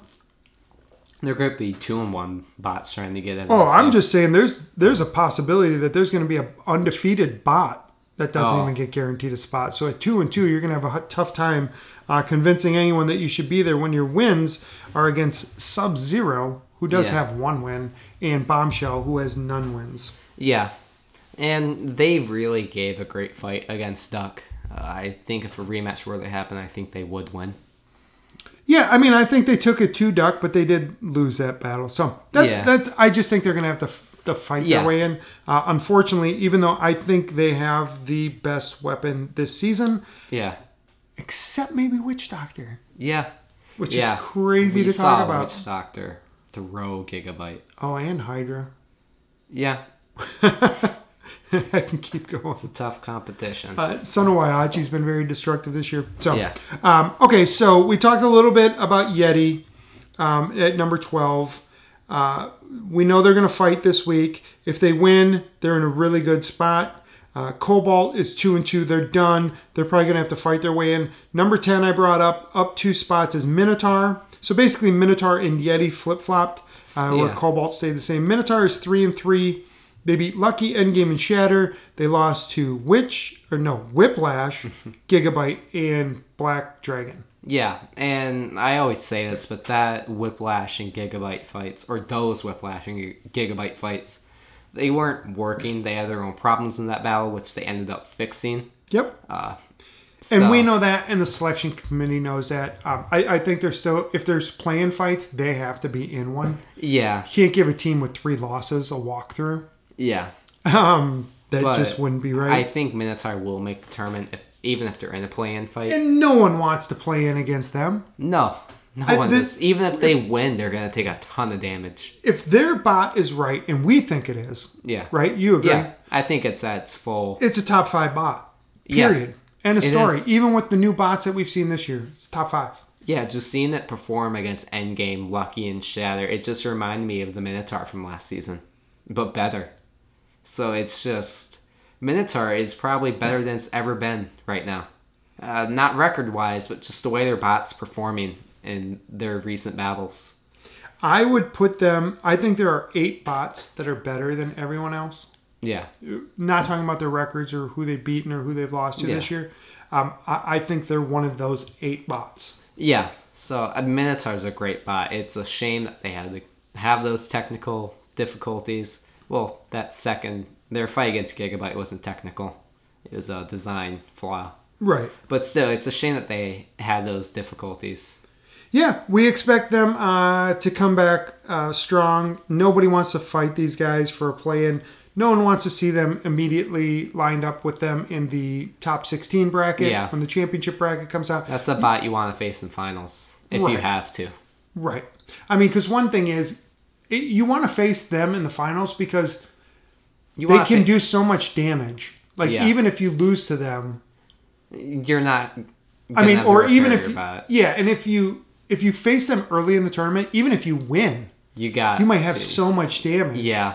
Speaker 2: There could be two and one bots trying to get in.
Speaker 1: Oh, I'm
Speaker 2: so-
Speaker 1: just saying. There's there's a possibility that there's going to be a undefeated bot that doesn't
Speaker 2: Oh.
Speaker 1: even get guaranteed a spot. So at two and two, you're going to have a hu- tough time uh, convincing anyone that you should be there when your wins are against Sub Zero, who does
Speaker 2: Yeah.
Speaker 1: have one win, and Bombshell, who has none wins.
Speaker 2: yeah, and they really gave a great fight against Duck. Uh, I think if a rematch were to happen, I think they would win.
Speaker 1: Yeah, I mean, I think they took it to Duck, but they did lose that battle. So that's
Speaker 2: Yeah.
Speaker 1: that's. I just think they're going to have to f- to fight
Speaker 2: Yeah.
Speaker 1: their way in. Uh, unfortunately, even though I think they have the best weapon this season,
Speaker 2: Yeah,
Speaker 1: except maybe Witch Doctor,
Speaker 2: yeah,
Speaker 1: which
Speaker 2: yeah.
Speaker 1: is crazy
Speaker 2: we
Speaker 1: to
Speaker 2: saw
Speaker 1: talk about.
Speaker 2: Witch Doctor throw Gigabyte.
Speaker 1: Oh, and Hydra.
Speaker 2: Yeah,
Speaker 1: I can keep going.
Speaker 2: it's a tough competition.
Speaker 1: Uh, Son of Waiachi's been very destructive this year. So,
Speaker 2: Yeah.
Speaker 1: um, okay, so we talked a little bit about Yeti um, at number 12. Uh, we know they're going to fight this week. If they win, they're in a really good spot. Uh, Cobalt is 2 and 2. They're done. They're probably going to have to fight their way in. Number 10, I brought up, up two spots is Minotaur. So basically, Minotaur and Yeti flip flopped, uh, where
Speaker 2: Yeah.
Speaker 1: Cobalt stayed the same. Minotaur is 3 and 3. They beat Lucky, Endgame, and Shatter. They lost to Witch, or no, Whiplash, Gigabyte, and Black Dragon.
Speaker 2: Yeah, and I always say this, but that Whiplash and Gigabyte fights, or those Whiplash and Gi- Gigabyte fights, they weren't working. They had their own problems in that battle, which they ended up fixing.
Speaker 1: Yep.
Speaker 2: Uh, So,
Speaker 1: And we know that, and the selection committee knows that. Um, I, I think there's still, if there's playing fights, they have to be in one.
Speaker 2: Yeah,
Speaker 1: Can't give a team with three losses a walkthrough.
Speaker 2: yeah.
Speaker 1: Um, that
Speaker 2: But
Speaker 1: just wouldn't be
Speaker 2: I
Speaker 1: right.
Speaker 2: think Minotaur will make the tournament, if, even if they're in a play-in fight.
Speaker 1: and no one wants to play in against them.
Speaker 2: no, no
Speaker 1: I-
Speaker 2: one
Speaker 1: the-
Speaker 2: does. Even if they win, they're gonna take a ton of damage.
Speaker 1: If their bot is right, and we think it is,
Speaker 2: Yeah.
Speaker 1: right? You agree?
Speaker 2: Yeah, I think it's at its full.
Speaker 1: It's a top five bot.
Speaker 2: Yeah.
Speaker 1: Period. And a
Speaker 2: It
Speaker 1: story.
Speaker 2: is.
Speaker 1: Even with the new bots that we've seen this year, it's top five.
Speaker 2: Yeah, just seeing it perform against Endgame, Lucky, and Shatter, it just reminded me of the Minotaur from last season, but better. So it's just Minotaur is probably better than it's ever been right now. Uh, not record wise, but just the way their bots performing in their recent battles.
Speaker 1: I would put them. I think there are eight bots that are better than everyone else.
Speaker 2: Yeah,
Speaker 1: Not talking about their records or who they've beaten or who they've lost to
Speaker 2: Yeah.
Speaker 1: this year. Um, I, I think they're one of those eight bots.
Speaker 2: yeah. So uh, Minotaur's a great bot. It's a shame that they had to have those technical difficulties. Well, that second their fight against Gigabyte wasn't technical. It was a design flaw.
Speaker 1: Right.
Speaker 2: But still, it's a shame that they had those difficulties.
Speaker 1: Yeah, we expect them uh, to come back uh, strong. Nobody wants to fight these guys for a play-in. No one wants to see them immediately lined up with them in the top 16 bracket
Speaker 2: Yeah.
Speaker 1: when the championship bracket comes out.
Speaker 2: That's a bot you want to face in finals if you
Speaker 1: Right.
Speaker 2: have to.
Speaker 1: Right. I mean, because one thing is, it, you want to face them in the finals because
Speaker 2: You
Speaker 1: they
Speaker 2: wanna
Speaker 1: can
Speaker 2: fa-
Speaker 1: do so much damage. Like
Speaker 2: Yeah.
Speaker 1: even if you lose to them,
Speaker 2: You're not.
Speaker 1: I
Speaker 2: gonna
Speaker 1: mean,
Speaker 2: have
Speaker 1: or
Speaker 2: to
Speaker 1: even
Speaker 2: repair
Speaker 1: if
Speaker 2: your
Speaker 1: you,
Speaker 2: bot.
Speaker 1: yeah, and if you if you face them early in the tournament, even if you win,
Speaker 2: you got,
Speaker 1: you might have
Speaker 2: to-
Speaker 1: so much damage.
Speaker 2: Yeah,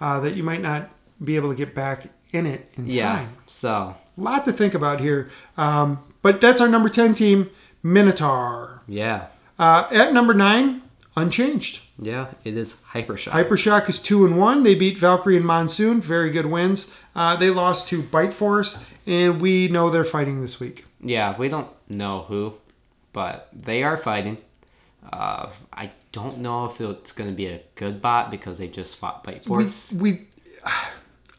Speaker 1: uh, that you might not be able to get back in it in
Speaker 2: yeah.
Speaker 1: time.
Speaker 2: So
Speaker 1: A lot to think about here. Um, but that's our number 10 team, Minotaur.
Speaker 2: yeah,
Speaker 1: Uh, at number 9, unchanged.
Speaker 2: yeah. It is hypershock.
Speaker 1: Hypershock is 2 and 1. They beat Valkyrie and Monsoon. Very good wins. Uh, they lost to Bite Force, and we know they're fighting this week.
Speaker 2: yeah, we don't know who, but they are fighting. Uh, I don't know if it's going to be a good bot because they just fought Bite Force.
Speaker 1: We.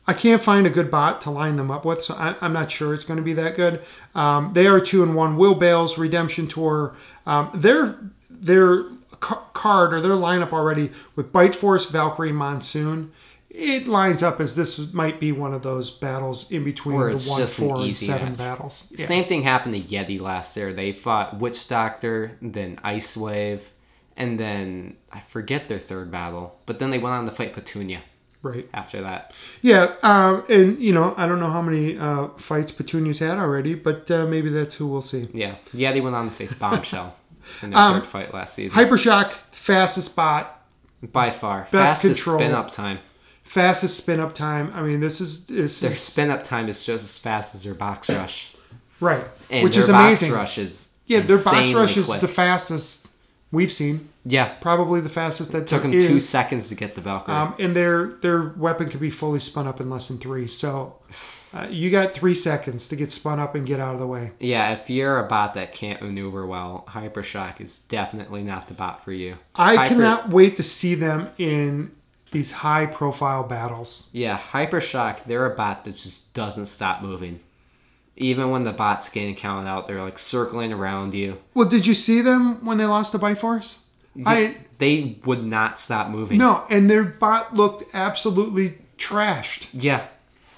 Speaker 1: I can't find a good bot to line them up with, so I, I'm not sure it's going to be that good. Um, they are two and one. Will Bales Redemption Tour. Um, their their ca- card or their lineup already with Bite Force, Valkyrie, Monsoon. It lines up as this might be one of those battles in between
Speaker 2: Where
Speaker 1: the
Speaker 2: it's
Speaker 1: one,
Speaker 2: just an
Speaker 1: four, and
Speaker 2: easy
Speaker 1: seven
Speaker 2: match.
Speaker 1: battles. Yeah.
Speaker 2: Same thing happened to Yeti last year. They fought Witch Doctor, then Ice Wave, and then I forget their third battle. But then they went on to fight Petunia
Speaker 1: Right.
Speaker 2: after that.
Speaker 1: Yeah, um, and you know I don't know how many uh, fights Petunia's had already, but uh, maybe that's who we'll see.
Speaker 2: Yeah, Yeti went on to face Bombshell in their
Speaker 1: Um,
Speaker 2: third fight last season.
Speaker 1: Hypershock, fastest bot,
Speaker 2: By far,
Speaker 1: Best
Speaker 2: fastest
Speaker 1: control.
Speaker 2: spin up time.
Speaker 1: fastest spin up time. I mean, this is this
Speaker 2: Their
Speaker 1: is
Speaker 2: spin up time is just as fast as their box rush,
Speaker 1: right,
Speaker 2: and
Speaker 1: which
Speaker 2: their
Speaker 1: is
Speaker 2: box
Speaker 1: amazing.
Speaker 2: rush is
Speaker 1: yeah, their box
Speaker 2: insanely
Speaker 1: rush is
Speaker 2: quick.
Speaker 1: the fastest we've seen.
Speaker 2: yeah.
Speaker 1: Probably the fastest that
Speaker 2: Took
Speaker 1: there
Speaker 2: him two
Speaker 1: is.
Speaker 2: seconds to get the Valkyrie.
Speaker 1: Um, and their their weapon could be fully spun up in less than three. So uh, you got three seconds to get spun up and get out of the way.
Speaker 2: yeah, if you're a bot that can't maneuver well, Hypershock is definitely not the bot for you.
Speaker 1: I
Speaker 2: Hyper-
Speaker 1: cannot wait to see them in these high profile battles.
Speaker 2: Yeah, Hypershock, they're a bot that just doesn't stop moving. Even when the bot's getting counted out, they're like circling around you.
Speaker 1: Well, did you see them when they lost to Biforce? I
Speaker 2: They would not stop moving.
Speaker 1: no, and their bot looked absolutely trashed.
Speaker 2: Yeah.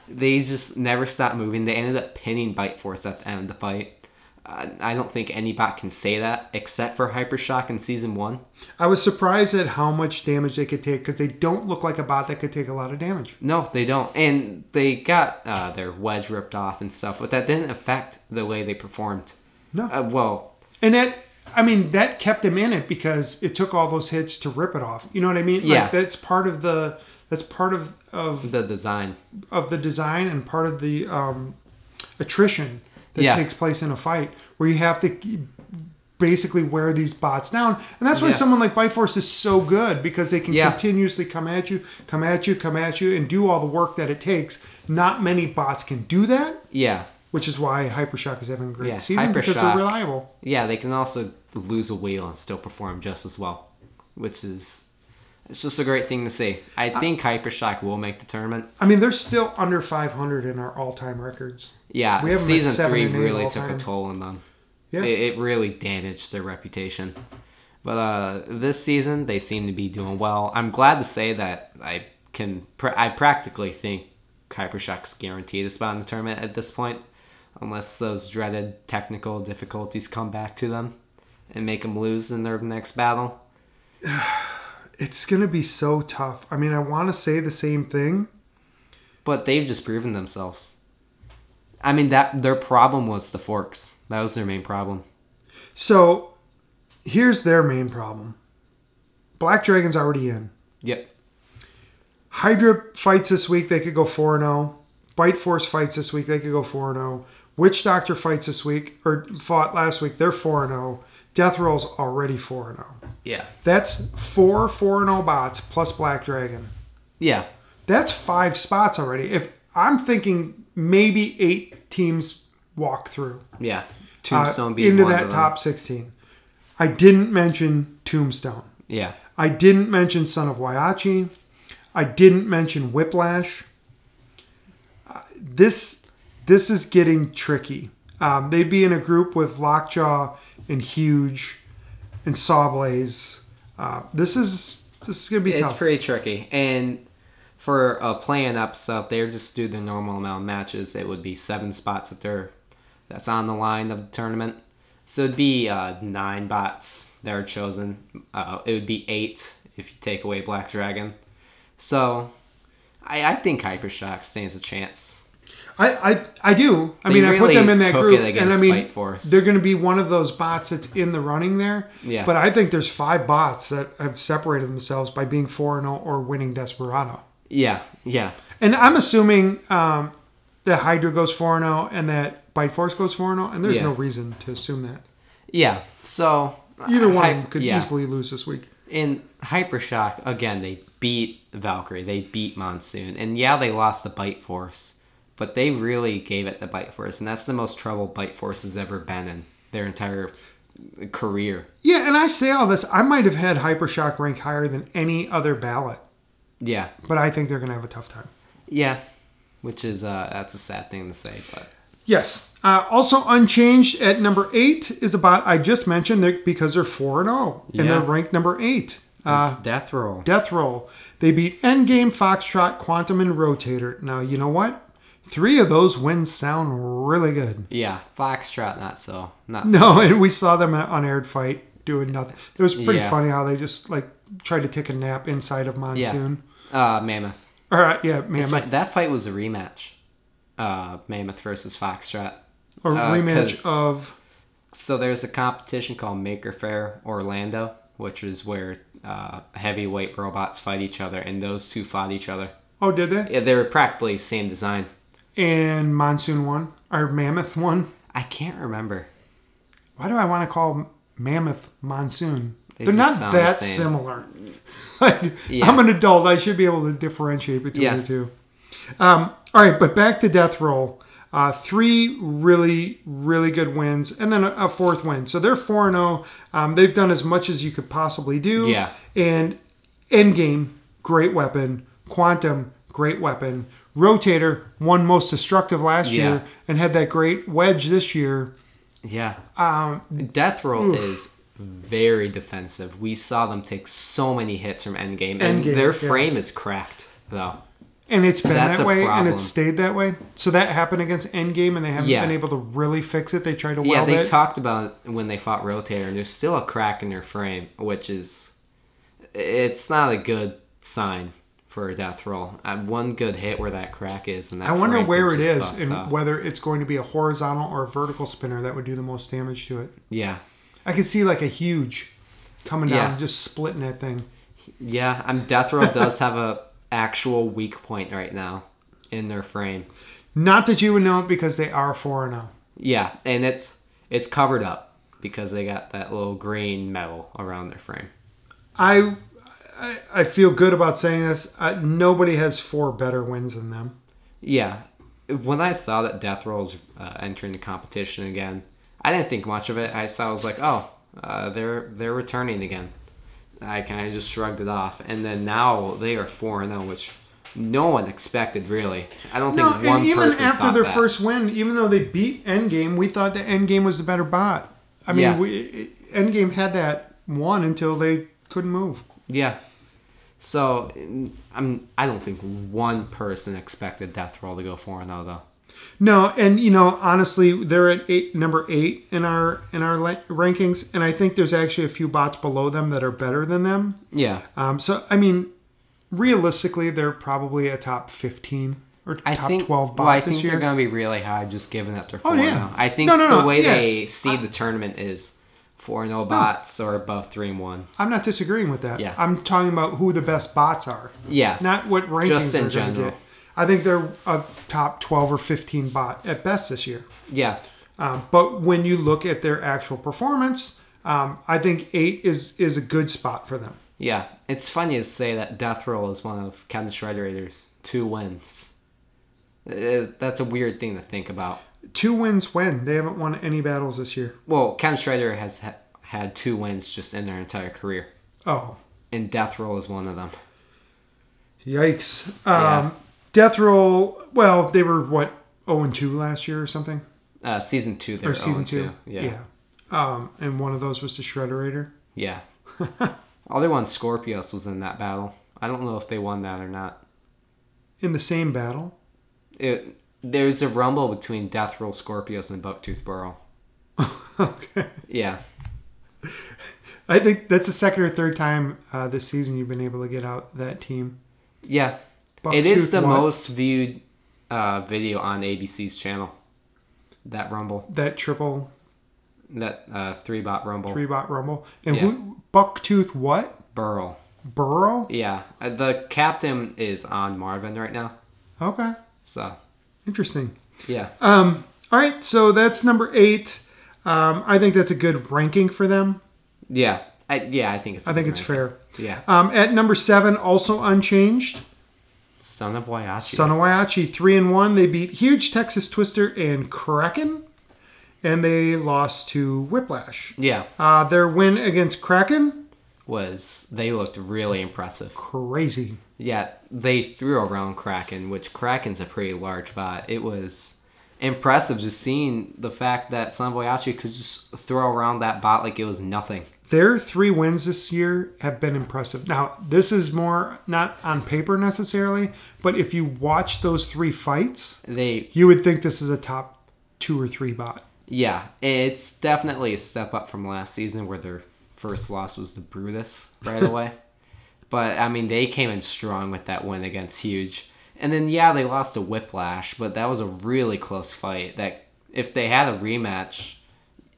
Speaker 2: They just never stopped moving. They ended up pinning Bite Force at the end of the fight. Uh, I don't think any bot can say that except for Hypershock in season one.
Speaker 1: I was surprised at how much damage they could take because they don't look like a bot that could take a lot of damage.
Speaker 2: No, they don't. And they got uh, their wedge ripped off and stuff, but that didn't affect the way they performed.
Speaker 1: No.
Speaker 2: Uh, well,
Speaker 1: And that, I mean, that kept them in it because it took all those hits to rip it off. You know what I mean?
Speaker 2: Yeah.
Speaker 1: Like, that's part of the that's part of of
Speaker 2: the design.
Speaker 1: of the design and part of the um, attrition that
Speaker 2: Yeah.
Speaker 1: takes place in a fight where you have to basically wear these bots down and that's why
Speaker 2: Yeah.
Speaker 1: someone like Biforce is so good because they can
Speaker 2: Yeah.
Speaker 1: continuously come at you come at you come at you and do all the work that it takes not many bots can do that
Speaker 2: Yeah.
Speaker 1: which is why Hypershock is having a great
Speaker 2: Yeah,
Speaker 1: season because
Speaker 2: Hypershock.
Speaker 1: they're reliable.
Speaker 2: Yeah, they can also lose a wheel and still perform just as well, which is. It's just a great thing to see. I think Hypershock will make the tournament.
Speaker 1: I mean, they're still under 500 in our all-time records.
Speaker 2: Yeah,
Speaker 1: We have 'em at
Speaker 2: season
Speaker 1: seven
Speaker 2: three
Speaker 1: and eight
Speaker 2: really
Speaker 1: all
Speaker 2: took a
Speaker 1: time.
Speaker 2: toll on them.
Speaker 1: Yeah.
Speaker 2: It, it really damaged their reputation. But uh, this season, they seem to be doing well. I'm glad to say that I can. Pr- I practically think Hypershock's guaranteed a spot in the tournament at this point, unless those dreaded technical difficulties come back to them and make them lose in their next battle.
Speaker 1: It's going to be so tough. I mean, I want to say the same thing.
Speaker 2: But they've just proven themselves. I mean that their problem was the forks. That was their main problem.
Speaker 1: So, here's their main problem. Black Dragon's already in.
Speaker 2: Yep.
Speaker 1: Hydra fights this week, they could go 4 0. Bite Force fights this week, they could go 4 0. Witch Doctor fights this week, or fought last week, they're 4 0. Death Roll's already 4 0.
Speaker 2: Yeah.
Speaker 1: That's four 4 0 bots plus Black Dragon.
Speaker 2: Yeah.
Speaker 1: That's five spots already. If I'm thinking maybe eight teams walk through
Speaker 2: Yeah.
Speaker 1: uh,
Speaker 2: Tombstone being
Speaker 1: into
Speaker 2: one
Speaker 1: that
Speaker 2: of them.
Speaker 1: top 16. I didn't mention Tombstone.
Speaker 2: Yeah.
Speaker 1: I didn't mention Son of Waiachi. I didn't mention Whiplash. Uh, This this is getting tricky. Um, they'd be in a group with Lockjaw and Huge and Sawblaze. Uh, this is this is gonna be
Speaker 2: It's
Speaker 1: tough.
Speaker 2: pretty tricky. And for a playing up stuff, they just do the normal amount of matches. It would be seven spots that they're that's on the line of the tournament. So it'd be uh, nine bots that are chosen. Uh, it would be eight if you take away Black Dragon. So I, I think Hypershock stands a chance.
Speaker 1: I, I I do. I
Speaker 2: They
Speaker 1: mean, I put
Speaker 2: really
Speaker 1: them in that
Speaker 2: took
Speaker 1: group,
Speaker 2: it
Speaker 1: and I
Speaker 2: against
Speaker 1: mean,
Speaker 2: Fight Force.
Speaker 1: they're going to be one of those bots that's in the running there.
Speaker 2: Yeah.
Speaker 1: But I think there's five bots that have separated themselves by being four and zero or winning Desperado.
Speaker 2: Yeah, yeah,
Speaker 1: And I'm assuming um, that Hydra goes four and zero, and that Bite Force goes four and zero, and there's
Speaker 2: Yeah.
Speaker 1: no reason to assume that
Speaker 2: yeah. So
Speaker 1: either one
Speaker 2: Uh, Hy-
Speaker 1: of them could
Speaker 2: yeah.
Speaker 1: easily lose this week.
Speaker 2: In Hypershock, again, they beat Valkyrie, they beat Monsoon, and yeah, they lost the Bite Force, but they really gave it the Bite Force, and that's the most trouble Bite Force has ever been in their entire career.
Speaker 1: Yeah, and I say all this. I might have had Hypershock rank higher than any other ballot,
Speaker 2: Yeah,
Speaker 1: but I think they're going to have a tough time.
Speaker 2: yeah, which is uh, that's a sad thing to say, but
Speaker 1: Yes. Uh, also unchanged at number eight is a bot I just mentioned that because they're four and zero and
Speaker 2: Yeah.
Speaker 1: they're ranked number eight. Uh,
Speaker 2: it's death roll.
Speaker 1: Death Roll. They beat Endgame, Foxtrot, Quantum, and Rotator. Now you know what? Three of those wins sound really good.
Speaker 2: yeah, Foxtrot, not so, not so.
Speaker 1: No, and we saw them in an unaired fight doing nothing. It was pretty
Speaker 2: Yeah.
Speaker 1: funny how they just like tried to take a nap inside of Monsoon.
Speaker 2: Uh, Mammoth.
Speaker 1: All right, yeah, man,
Speaker 2: So that fight was a rematch. Uh, Mammoth versus Foxtrot.
Speaker 1: a
Speaker 2: uh,
Speaker 1: rematch
Speaker 2: 'cause-
Speaker 1: of
Speaker 2: So there's a competition called Maker Fair Orlando, which is where uh, heavyweight robots fight each other, and those two fought each other.
Speaker 1: oh, did they?
Speaker 2: Yeah, they were practically same design.
Speaker 1: And Monsoon won or Mammoth won.
Speaker 2: I can't remember.
Speaker 1: Why do I want to call Mammoth Monsoon?
Speaker 2: They
Speaker 1: They are
Speaker 2: just
Speaker 1: not
Speaker 2: sound the
Speaker 1: that
Speaker 2: same.
Speaker 1: similar. Like,
Speaker 2: Yeah.
Speaker 1: I'm an adult. I should be able to differentiate between
Speaker 2: Yeah.
Speaker 1: the two. Um, all right, but back to Death Roll. Uh, three really, really good wins, and then a, a fourth win. So they're 4 0. Um, they've done as much as you could possibly do.
Speaker 2: Yeah.
Speaker 1: And Endgame, great weapon. Quantum, great weapon. Rotator, won most destructive last
Speaker 2: Yeah.
Speaker 1: year and had that great wedge this year.
Speaker 2: Yeah. Um, Death Roll is very defensive. We saw them take so many hits from Endgame, and
Speaker 1: Endgame,
Speaker 2: their
Speaker 1: yeah.
Speaker 2: frame is cracked though.
Speaker 1: And it's been
Speaker 2: That's
Speaker 1: that
Speaker 2: a
Speaker 1: way, and
Speaker 2: problem.
Speaker 1: it's stayed that way. So that happened against Endgame, and they haven't
Speaker 2: Yeah.
Speaker 1: been able to really fix it. They tried to
Speaker 2: Yeah,
Speaker 1: weld
Speaker 2: they
Speaker 1: it.
Speaker 2: talked about it when they fought Rotator, and there's still a crack in their frame, which is it's not a good sign for a death roll. Uh, one good hit where that crack is, and that
Speaker 1: I wonder
Speaker 2: frame
Speaker 1: where
Speaker 2: can
Speaker 1: it
Speaker 2: just
Speaker 1: is
Speaker 2: bust
Speaker 1: and
Speaker 2: up.
Speaker 1: whether it's going to be a horizontal or a vertical spinner that would do the most damage to it.
Speaker 2: yeah,
Speaker 1: I could see like a huge coming down
Speaker 2: Yeah.
Speaker 1: and just splitting that thing.
Speaker 2: yeah. I'm death roll does have a actual weak point right now in their frame.
Speaker 1: Not that you would know it because they are oh. 4 0.
Speaker 2: Yeah, and it's it's covered up because they got that little green metal around their frame.
Speaker 1: I, I, I feel good about saying this. Uh nobody has four better wins than them.
Speaker 2: Yeah. When I saw that Death Roll was uh, entering the competition again, I didn't think much of it. I saw, I was like, oh, uh, they're they're returning again. I kind of just shrugged it off, and then now they are four and zero, which no one expected really. I don't
Speaker 1: No,
Speaker 2: think one
Speaker 1: and even
Speaker 2: person
Speaker 1: after
Speaker 2: thought
Speaker 1: their
Speaker 2: that.
Speaker 1: first win, even though they beat Endgame, we thought that Endgame was the better bot. I mean,
Speaker 2: Yeah.
Speaker 1: we, Endgame had that one until they couldn't move.
Speaker 2: Yeah. So mm, I'm I don't think one person expected Death Roll to go four and zero though.
Speaker 1: No, and you know, honestly, they're at eight, number eight in our in our la- rankings, and I think there's actually a few bots below them that are better than them.
Speaker 2: Yeah.
Speaker 1: Um, so, I mean, realistically, they're probably a top fifteen or
Speaker 2: I
Speaker 1: top
Speaker 2: think
Speaker 1: twelve bot
Speaker 2: well, I
Speaker 1: this
Speaker 2: think
Speaker 1: year.
Speaker 2: they're going to be really high, just given that they're
Speaker 1: Oh,
Speaker 2: four
Speaker 1: yeah.
Speaker 2: now. I think
Speaker 1: No, no, no,
Speaker 2: the way
Speaker 1: yeah.
Speaker 2: they see the tournament is four and oh bots or above three and one.
Speaker 1: I'm not disagreeing with that.
Speaker 2: Yeah.
Speaker 1: I'm talking about who the best bots are,
Speaker 2: Yeah.
Speaker 1: not what rankings
Speaker 2: Just in
Speaker 1: they're going to
Speaker 2: general.
Speaker 1: get. I think they're a top 12 or 15 bot at best this year.
Speaker 2: yeah.
Speaker 1: Um, but when you look at their actual performance, um, I think eight is is a good spot for them.
Speaker 2: Yeah. It's funny to say that Death Roll is one of Kevin Schreiter's two wins. Uh, that's a weird thing to think about.
Speaker 1: Two wins when they haven't won any battles this year.
Speaker 2: Well, Kevin Schreiter has ha- had two wins just in their entire career,
Speaker 1: Oh,
Speaker 2: and Death Roll is one of them.
Speaker 1: yikes! Um,
Speaker 2: Yeah.
Speaker 1: Death Roll. Well, they were what zero and two last year or something,
Speaker 2: Uh, season two, they're
Speaker 1: or season
Speaker 2: 0
Speaker 1: two.
Speaker 2: Yeah. yeah.
Speaker 1: Um, and one of those was the Shredderator.
Speaker 2: Other one, Scorpius, was in that battle. I don't know if they won that or not.
Speaker 1: In the same battle,
Speaker 2: It, there's a rumble between Death Roll, Scorpius, and Bucktooth Burrow.
Speaker 1: okay.
Speaker 2: Yeah.
Speaker 1: I think that's the second or third time uh, this season you've been able to get out that team.
Speaker 2: Yeah.
Speaker 1: Buck
Speaker 2: it is
Speaker 1: Tooth
Speaker 2: the
Speaker 1: won.
Speaker 2: most viewed uh, video on ABC's channel. That rumble.
Speaker 1: That triple
Speaker 2: That uh, three bot rumble.
Speaker 1: three bot rumble and
Speaker 2: Yeah.
Speaker 1: who, Bucktooth what
Speaker 2: Burrow.
Speaker 1: Burrow?
Speaker 2: Yeah. Uh, The captain is on Marvin right now.
Speaker 1: Okay,
Speaker 2: So,
Speaker 1: interesting.
Speaker 2: yeah.
Speaker 1: Um, all right, so that's number eight. Um, I think that's a good ranking for them.
Speaker 2: Yeah. I, yeah, I think it's.
Speaker 1: I think it's fair.
Speaker 2: Yeah.
Speaker 1: Um, at number seven, also unchanged,
Speaker 2: Son of Wayachi.
Speaker 1: Son of Waiachi, three and one. They beat huge Texas Twister and Kraken, and they lost to Whiplash.
Speaker 2: yeah.
Speaker 1: Uh, their win against Kraken,
Speaker 2: Was they looked really impressive.
Speaker 1: crazy.
Speaker 2: Yeah, they threw around Kraken, which Kraken's a pretty large bot. It was impressive just seeing the fact that Son of Wayachi could just throw around that bot like it was nothing.
Speaker 1: Their three wins this year have been impressive. Now, this is more not on paper necessarily, but if you watch those three fights,
Speaker 2: They
Speaker 1: you would think this is a top two or three bot.
Speaker 2: Yeah, it's definitely a step up from last season where their first loss was to Brutus right away. but I mean, they came in strong with that win against Huge. And then yeah, they lost to Whiplash, but that was a really close fight that if they had a rematch,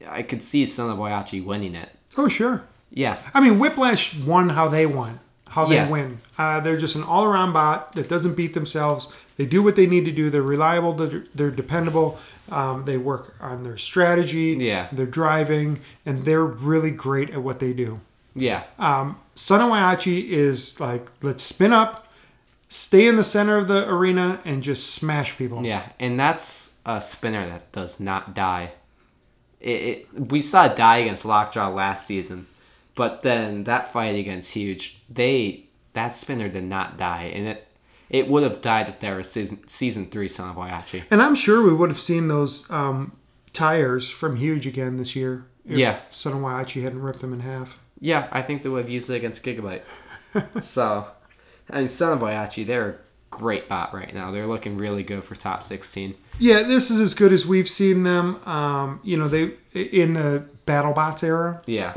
Speaker 2: I could see Son of Boyachi winning it.
Speaker 1: Oh, sure.
Speaker 2: Yeah.
Speaker 1: I mean, Whiplash won how they won, how they
Speaker 2: Yeah.
Speaker 1: win. Uh, they're just an all around bot that doesn't beat themselves. They do what they need to do. They're reliable, they're, they're dependable. Um, they work on their strategy,
Speaker 2: Yeah.
Speaker 1: their driving, and they're really great at what they do.
Speaker 2: Yeah.
Speaker 1: Um, Sanowayachi is like, let's spin up, stay in the center of the arena, and just smash people.
Speaker 2: Yeah, and that's a spinner that does not die. It, it, we saw it die against Lockjaw last season, but then that fight against Huge, they that spinner did not die, and it it would have died if there was season season three Son of Boyachi.
Speaker 1: And I'm sure we would have seen those um, tires from Huge again this year. If
Speaker 2: Yeah.
Speaker 1: Sanowayachi hadn't ripped them in half.
Speaker 2: Yeah, I think they would have used it against Gigabyte. so, I mean, Son of Boyachi, they're a great bot right now. They're looking really good for top sixteen.
Speaker 1: Yeah, this is as good as we've seen them. Um, you know, they in the BattleBots era.
Speaker 2: Yeah,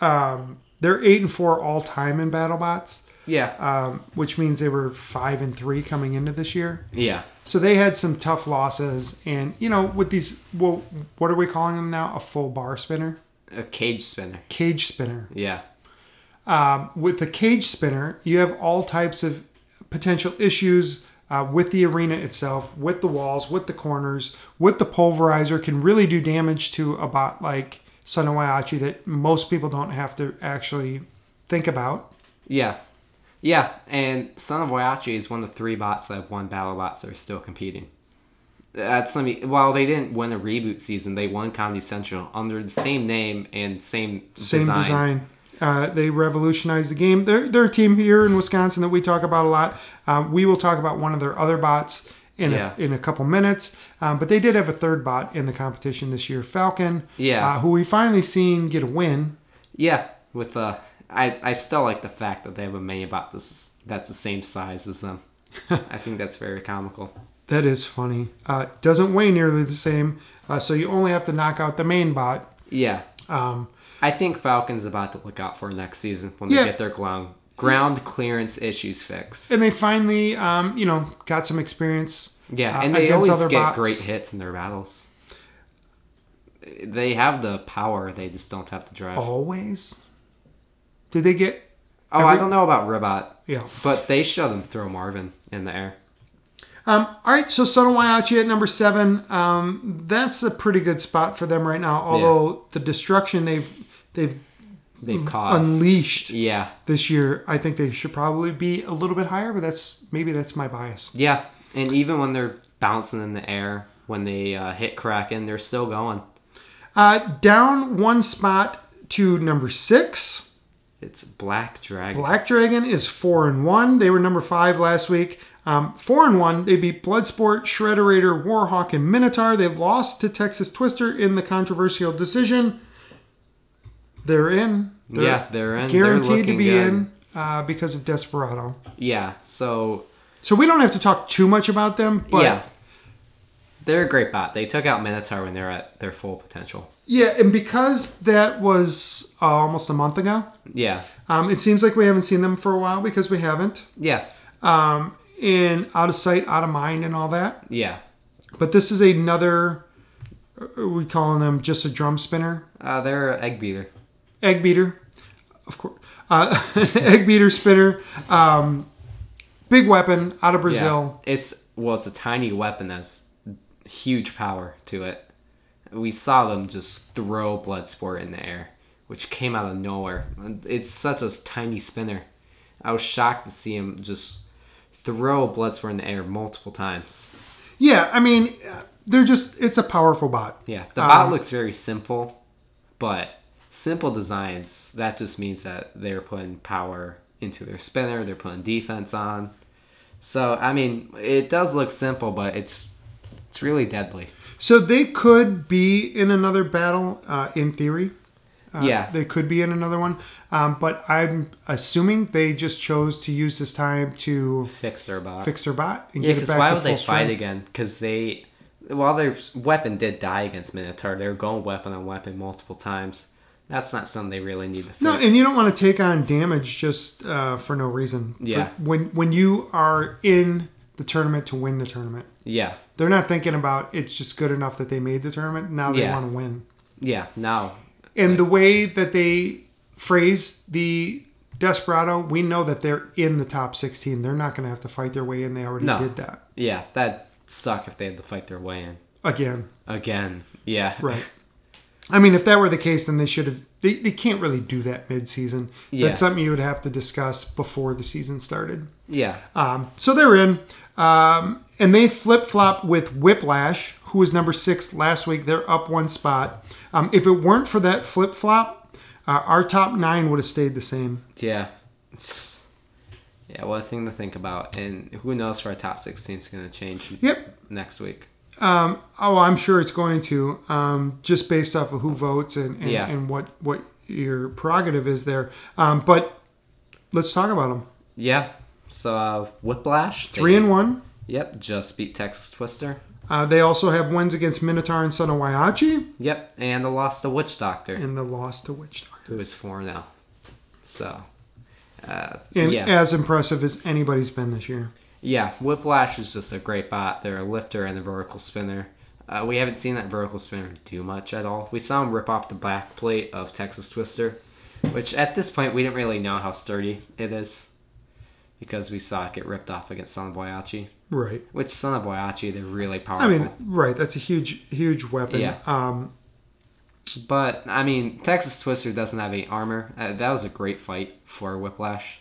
Speaker 1: Um, they're eight and four all time in BattleBots,
Speaker 2: yeah,
Speaker 1: um, which means they were five and three coming into this year.
Speaker 2: yeah,
Speaker 1: So they had some tough losses, and you know, with these, well, what are we calling them now? A full bar spinner,
Speaker 2: a cage spinner.
Speaker 1: cage spinner.
Speaker 2: Yeah,
Speaker 1: With the cage spinner, you have all types of potential issues. Uh, with the arena itself, with the walls, with the corners, with the pulverizer, can really do damage to a bot like Sunowayachi that most people don't have to actually think about.
Speaker 2: Yeah. Yeah, and Son of Wayachi is one of the three bots that have won battle bots that are still competing. That's something. While they didn't win a reboot season, they won Comedy Central under the same name and same,
Speaker 1: Same
Speaker 2: design.
Speaker 1: design. Uh, they revolutionized the game. They're, they're a team here in Wisconsin that we talk about a lot. Um, we will talk about one of their other bots in,
Speaker 2: Yeah.
Speaker 1: a, in a couple minutes. Um, but they did have a third bot in the competition this year, Falcon.
Speaker 2: Yeah.
Speaker 1: Uh, who we finally seen get a win.
Speaker 2: Yeah, with the I I still like the fact that they have a mini bot that's that's the same size as them. I think that's very comical.
Speaker 1: That is funny. Uh, doesn't weigh nearly the same, uh, so you only have to knock out the main bot.
Speaker 2: Yeah,
Speaker 1: Um,
Speaker 2: I think Falcons about to look out for next season when
Speaker 1: Yeah.
Speaker 2: they get their ground ground clearance issues fixed.
Speaker 1: and they finally, um, you know, got some experience.
Speaker 2: Yeah,
Speaker 1: uh,
Speaker 2: and they
Speaker 1: against
Speaker 2: always
Speaker 1: other
Speaker 2: get
Speaker 1: bots.
Speaker 2: great hits in their battles. They have the power. They just don't have the drive. Oh,
Speaker 1: Always? Did they get.
Speaker 2: I
Speaker 1: every-
Speaker 2: don't know about Ribot,
Speaker 1: Yeah.
Speaker 2: but they show them throw Marvin in the air.
Speaker 1: Um, all right, so Son Waiachi at number seven. Um, that's a pretty good spot for them right now. Although the destruction they've they've Mm,
Speaker 2: They've caused.
Speaker 1: unleashed
Speaker 2: yeah,
Speaker 1: this year, I think they should probably be a little bit higher. But that's maybe that's my bias.
Speaker 2: yeah, and even when they're bouncing in the air, when they uh, hit Kraken, they're still going.
Speaker 1: Uh, down one spot to number six.
Speaker 2: It's Black Dragon.
Speaker 1: Black Dragon is four and one. They were number five last week. Um, four and one. They beat Bloodsport, Shredderator, Warhawk, and Minotaur. They lost to Texas Twister in the controversial decision. They're in. They're
Speaker 2: yeah, they're in. they're
Speaker 1: guaranteed
Speaker 2: looking
Speaker 1: to be
Speaker 2: good.
Speaker 1: in uh, because of Desperado.
Speaker 2: Yeah, so
Speaker 1: So we don't have to talk too much about them. But
Speaker 2: yeah, they're a great bot. They took out Minotaur when they're at their full potential.
Speaker 1: yeah, and because that was uh, almost a month ago,
Speaker 2: Yeah,
Speaker 1: um, it seems like we haven't seen them for a while because we haven't.
Speaker 2: yeah,
Speaker 1: And out of sight, out of mind, and all that.
Speaker 2: yeah.
Speaker 1: But this is another. Are we calling them just a drum spinner,
Speaker 2: Uh, they're an egg beater.
Speaker 1: egg beater, of course, uh, egg beater spinner, um, big weapon out of Brazil.
Speaker 2: Yeah. It's well, it's a tiny weapon that's huge power to it. We saw them just throw Bloodsport in the air, which came out of nowhere. It's such a tiny spinner. I was shocked to see him just throw Bloodsport in the air multiple times.
Speaker 1: Yeah, I mean, uh, they're just it's a powerful bot.
Speaker 2: Yeah, the
Speaker 1: Um,
Speaker 2: bot looks very simple, but simple designs that just means that they're putting power into their spinner, they're putting defense on. So I mean, it does look simple, but it's it's really deadly.
Speaker 1: So they could be in another battle, uh, in theory.
Speaker 2: yeah,
Speaker 1: Uh, They could be in another one, um, but I'm assuming they just chose to use this time to
Speaker 2: fix their bot.
Speaker 1: fix their bot and
Speaker 2: yeah,
Speaker 1: get it
Speaker 2: because
Speaker 1: back
Speaker 2: why
Speaker 1: to
Speaker 2: would
Speaker 1: full
Speaker 2: they fight
Speaker 1: strength.
Speaker 2: again? Because they, while their weapon did die against Minotaur, they were going weapon on weapon multiple times. That's not something they really need to fix.
Speaker 1: No, and you don't want to take on damage just uh, for no reason. For-
Speaker 2: Yeah.
Speaker 1: when when you are in the tournament to win the tournament,
Speaker 2: Yeah,
Speaker 1: they're not thinking about it's just good enough that they made the tournament. Now they
Speaker 2: Yeah.
Speaker 1: want to win.
Speaker 2: yeah. Now,
Speaker 1: And the way that they phrase the Desperado, we know that they're in the top 16. They're not going to have to fight their way in. They already
Speaker 2: No.
Speaker 1: did that
Speaker 2: yeah, that suck if they had to fight their way in
Speaker 1: again.
Speaker 2: again. Yeah,
Speaker 1: Right. I mean, if that were the case, then they should have. They, they can't really do that mid-season.
Speaker 2: Yeah.
Speaker 1: That's something you would have to discuss before the season started.
Speaker 2: Yeah,
Speaker 1: Um, so they're in, um, and they flip flop with Whiplash, who was number six last week. They're up one spot. Um, if it weren't for that flip flop, uh, our top nine would have stayed the same.
Speaker 2: yeah. It's, yeah, what a thing to think about. And who knows for our top 16 is going to change
Speaker 1: Yep.
Speaker 2: next week.
Speaker 1: Oh, I'm sure it's going to, um, just based off of who votes and and,
Speaker 2: Yeah.
Speaker 1: and what what your prerogative is there. Um, but let's talk about them.
Speaker 2: Yeah, so uh, Whiplash. they-
Speaker 1: Three and one.
Speaker 2: Yep, just beat Texas Twister.
Speaker 1: Uh, they also have wins against Minotaur and Son of Waiachi,
Speaker 2: Yep, and they lost the Witch Doctor,
Speaker 1: and the loss to Witch Doctor.
Speaker 2: who is four now. So, uh,
Speaker 1: And
Speaker 2: yeah,
Speaker 1: as impressive as anybody's been this year.
Speaker 2: yeah. Whiplash is just a great bot. They're a lifter and a vertical spinner. Uh, we haven't seen that vertical spinner do much at all. We saw him rip off the back plate of Texas Twister, which at this point we didn't really know how sturdy it is because we saw it get ripped off against Son of Boyachi.
Speaker 1: Right.
Speaker 2: Which Son of Boyachi, they're really powerful.
Speaker 1: I mean, right. That's a huge, huge weapon.
Speaker 2: Yeah.
Speaker 1: Um,
Speaker 2: But I mean, Texas Twister doesn't have any armor. Uh, that was a great fight for Whiplash.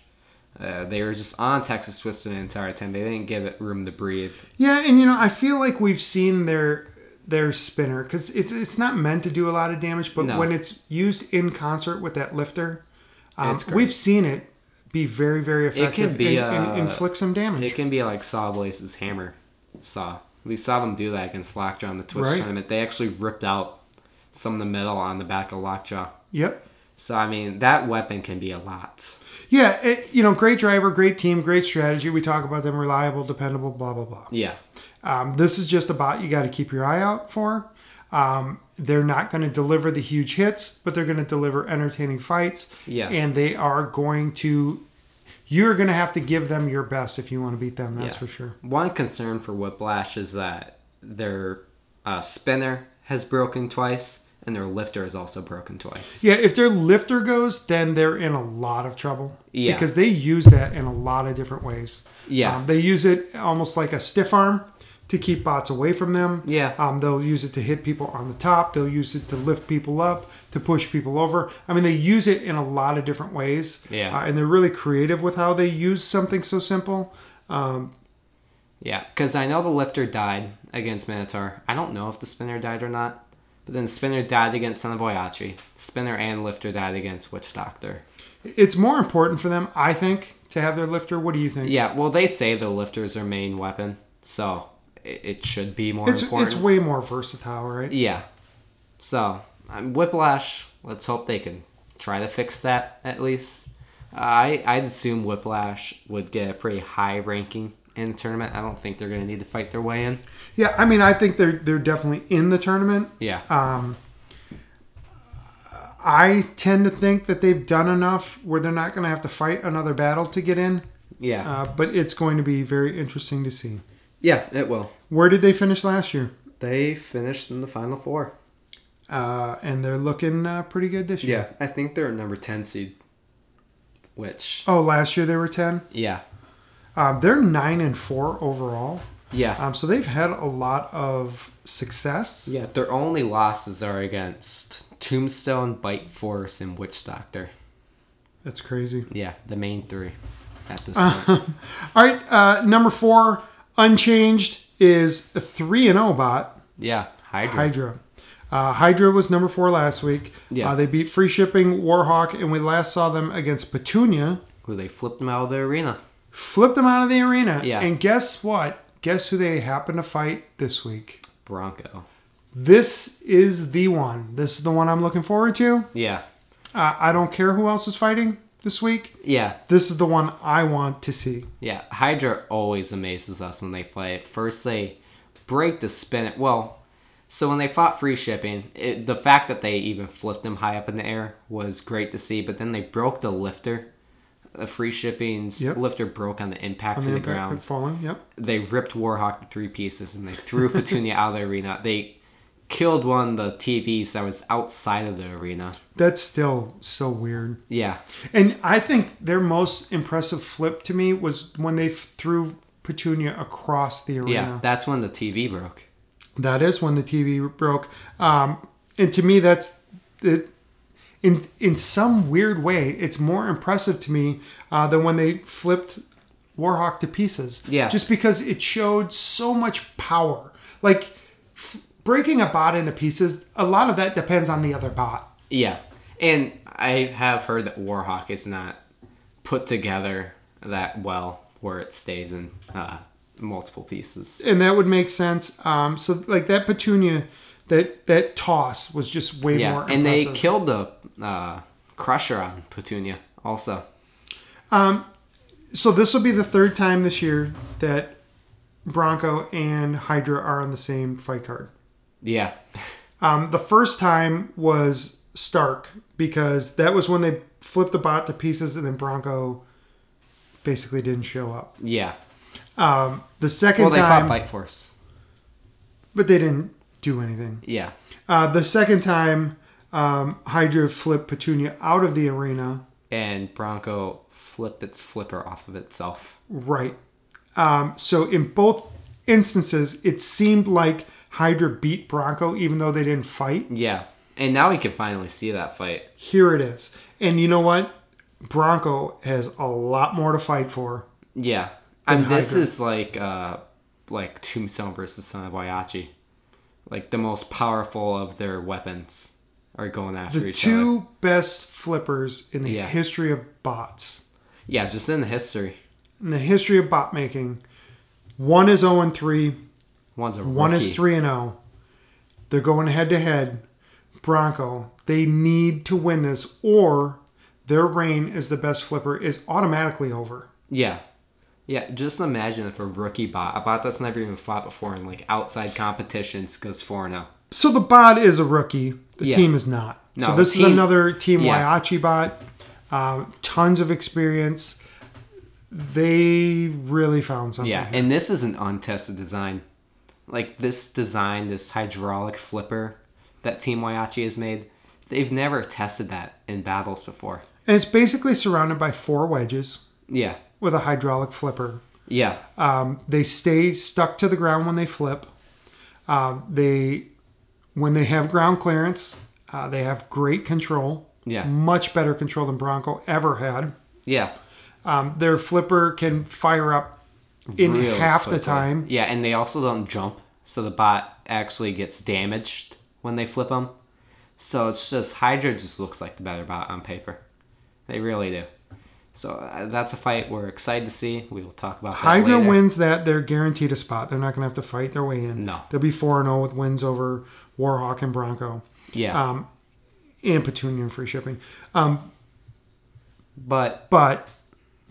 Speaker 2: Uh, they were just on Texas Twister the entire time. They didn't give it room to breathe.
Speaker 1: yeah, and you know, I feel like we've seen their their spinner because it's it's not meant to do a lot of damage, but
Speaker 2: No.
Speaker 1: when it's used in concert with that lifter, um,
Speaker 2: It's great.
Speaker 1: we've seen it be very, very effective.
Speaker 2: can be,
Speaker 1: and, and
Speaker 2: uh,
Speaker 1: inflict some damage.
Speaker 2: It can be like Sawblaze's hammer saw. We saw them do that against Lockjaw in the Twister
Speaker 1: Right.
Speaker 2: tournament. They actually ripped out some of the metal on the back of Lockjaw.
Speaker 1: yep.
Speaker 2: So I mean, that weapon can be a lot.
Speaker 1: Yeah, it, you know, great driver, great team, great strategy. We talk about them, reliable, dependable, blah blah blah.
Speaker 2: Yeah,
Speaker 1: Um, this is just a bot you got to keep your eye out for. Um, they're not going to deliver the huge hits, but they're going to deliver entertaining fights.
Speaker 2: Yeah.
Speaker 1: And they are going to, you're going to have to give them your best if you want to beat them. That's
Speaker 2: Yeah.
Speaker 1: for sure.
Speaker 2: One concern for Whiplash is that their uh, spinner has broken twice, and their lifter is also broken twice.
Speaker 1: Yeah, if their lifter goes, then they're in a lot of trouble.
Speaker 2: Yeah.
Speaker 1: Because they use that in a lot of different ways.
Speaker 2: Yeah.
Speaker 1: Um, they use it almost like a stiff arm to keep bots away from them.
Speaker 2: Yeah.
Speaker 1: Um, they'll use it to hit people on the top. They'll use it to lift people up, to push people over. I mean, they use it in a lot of different ways.
Speaker 2: Yeah.
Speaker 1: Uh, and they're really creative with how they use something so simple.
Speaker 2: Yeah, because I know the lifter died against Minotaur. I don't know if the spinner died or not. But then Spinner died against Son of Boyachi. Spinner and Lifter died against Witch Doctor.
Speaker 1: It's more important for them, I think, to have their lifter. What do you think?
Speaker 2: Yeah, well, they say the lifter is their main weapon, so it, it should be more
Speaker 1: It's,
Speaker 2: important.
Speaker 1: it's way more versatile, right?
Speaker 2: yeah. So, um, Whiplash, let's hope they can try to fix that at least. I, I'd assume Whiplash would get a pretty high ranking in the tournament. I don't think they're going to need to fight their way in.
Speaker 1: Yeah, I mean, I think they're they're definitely in the tournament.
Speaker 2: Yeah.
Speaker 1: Uh, I tend to think that they've done enough where they're not going to have to fight another battle to get in,
Speaker 2: yeah.
Speaker 1: uh, but it's going to be very interesting to see.
Speaker 2: yeah, it will.
Speaker 1: Where did they finish last year?
Speaker 2: They finished in the final four.
Speaker 1: Uh, and they're looking uh, pretty good this year.
Speaker 2: Yeah, I think they're number 10 seed. Which,
Speaker 1: Oh, last year they were ten.
Speaker 2: yeah.
Speaker 1: Um, they're nine and four overall.
Speaker 2: Yeah.
Speaker 1: Um, so they've had a lot of success.
Speaker 2: Yeah, their only losses are against Tombstone, Bite Force, and Witch Doctor.
Speaker 1: That's crazy.
Speaker 2: Yeah, the main three at this point.
Speaker 1: All right, uh, number four, unchanged is a three and zero bot.
Speaker 2: yeah, Hydra.
Speaker 1: Hydra. Uh, Hydra was number four last week.
Speaker 2: Yeah.
Speaker 1: Uh, they beat Free Shipping, Warhawk, and we last saw them against Petunia.
Speaker 2: who they flipped them out of the arena.
Speaker 1: Flipped them out of the arena.
Speaker 2: Yeah.
Speaker 1: And guess what? Guess who they happen to fight this week?
Speaker 2: Bronco.
Speaker 1: This is the one. This is the one I'm looking forward to.
Speaker 2: Yeah,
Speaker 1: Uh, I don't care who else is fighting this week.
Speaker 2: yeah,
Speaker 1: This is the one I want to see.
Speaker 2: yeah. Hydra always amazes us when they play it. First, they break the spin. Well, so when they fought free shipping, it, the fact that they even flipped them high up in the air was great to see. But then they broke the lifter. The free shipping's
Speaker 1: Yep.
Speaker 2: lifter broke on the impact to the
Speaker 1: Impact
Speaker 2: ground.
Speaker 1: Falling. Yep.
Speaker 2: they ripped Warhawk to three pieces and they threw Petunia out of the arena. They killed one of the TVs that was outside of the arena.
Speaker 1: That's still so weird.
Speaker 2: Yeah.
Speaker 1: And I think their most impressive flip to me was when they threw Petunia across the arena.
Speaker 2: Yeah. That's when the TV broke.
Speaker 1: That is when the TV broke. Um, and to me, that's it. In in some weird way, it's more impressive to me uh, than when they flipped Warhawk to pieces.
Speaker 2: Yeah.
Speaker 1: Just because it showed so much power, like f- breaking a bot into pieces. A lot of that depends on the other bot.
Speaker 2: Yeah. And I have heard that Warhawk is not put together that well where it stays in uh, multiple pieces.
Speaker 1: and that would make sense. Um, so like that Petunia, that that toss was just way
Speaker 2: Yeah.
Speaker 1: more.
Speaker 2: and they
Speaker 1: impressive.
Speaker 2: killed the uh, crusher on Petunia also.
Speaker 1: So this will be the third time this year that Bronco and Hydra are on the same fight card.
Speaker 2: Yeah.
Speaker 1: Um, the first time was Stark because that was when they flipped the bot to pieces, and then Bronco basically didn't show up.
Speaker 2: Yeah.
Speaker 1: The second
Speaker 2: Well, they
Speaker 1: time,
Speaker 2: fought Bite Force.
Speaker 1: but they didn't do anything.
Speaker 2: Yeah.
Speaker 1: Uh, the second time, um, Hydra flipped Petunia out of the arena.
Speaker 2: and Bronco flipped its flipper off of itself.
Speaker 1: Right. Um, so in both instances, it seemed like Hydra beat Bronco, even though they didn't fight.
Speaker 2: Yeah. And now we can finally see that fight.
Speaker 1: Here it is. And you know what? Bronco has a lot more to fight for.
Speaker 2: Yeah. And this
Speaker 1: Hydra.
Speaker 2: is like uh like Tombstone versus Son of Waiachi. Like the most powerful of their weapons are going after
Speaker 1: The
Speaker 2: each other.
Speaker 1: two best flippers in the
Speaker 2: Yeah.
Speaker 1: history of bots,
Speaker 2: Yeah, just in the history.
Speaker 1: in the history of bot making. One is 0 and 3,
Speaker 2: One's a
Speaker 1: one
Speaker 2: rookie.
Speaker 1: is 3 and 0. They're going head to head. Bronco, they need to win this, or their reign as the best flipper is automatically over.
Speaker 2: Yeah. Yeah, just imagine if a rookie bot, a bot that's never even fought before in like outside competitions goes oh. 4 0.
Speaker 1: So the bot is a rookie. The
Speaker 2: Yeah.
Speaker 1: team is not.
Speaker 2: No,
Speaker 1: so this
Speaker 2: team-
Speaker 1: is another team
Speaker 2: yeah.
Speaker 1: Waiachi bot. Um, tons of experience. They really found something.
Speaker 2: Yeah, and this is an untested design. Like this design, this hydraulic flipper that Team Waiachi has made. They've never tested that in battles before.
Speaker 1: And it's basically surrounded by four wedges
Speaker 2: Yeah.
Speaker 1: with a hydraulic flipper.
Speaker 2: Yeah.
Speaker 1: Um, they stay stuck to the ground when they flip. Uh, they, when they have ground clearance, uh, they have great control.
Speaker 2: Yeah.
Speaker 1: much better control than Bronco ever had.
Speaker 2: Yeah.
Speaker 1: Um, their flipper can fire up in
Speaker 2: Real
Speaker 1: half the
Speaker 2: quickly.
Speaker 1: time.
Speaker 2: Yeah, and they also don't jump, so the bot actually gets damaged when they flip them. So it's just Hydra just looks like the better bot on paper. They really do. So uh, that's a fight we're excited to see. We will talk about that
Speaker 1: Hydra
Speaker 2: later.
Speaker 1: wins that, they're guaranteed a spot. They're not going to have to fight their way in.
Speaker 2: No.
Speaker 1: They'll be 4 0 with wins over Warhawk and Bronco
Speaker 2: Yeah,
Speaker 1: um, and Petunian free shipping.
Speaker 2: but
Speaker 1: But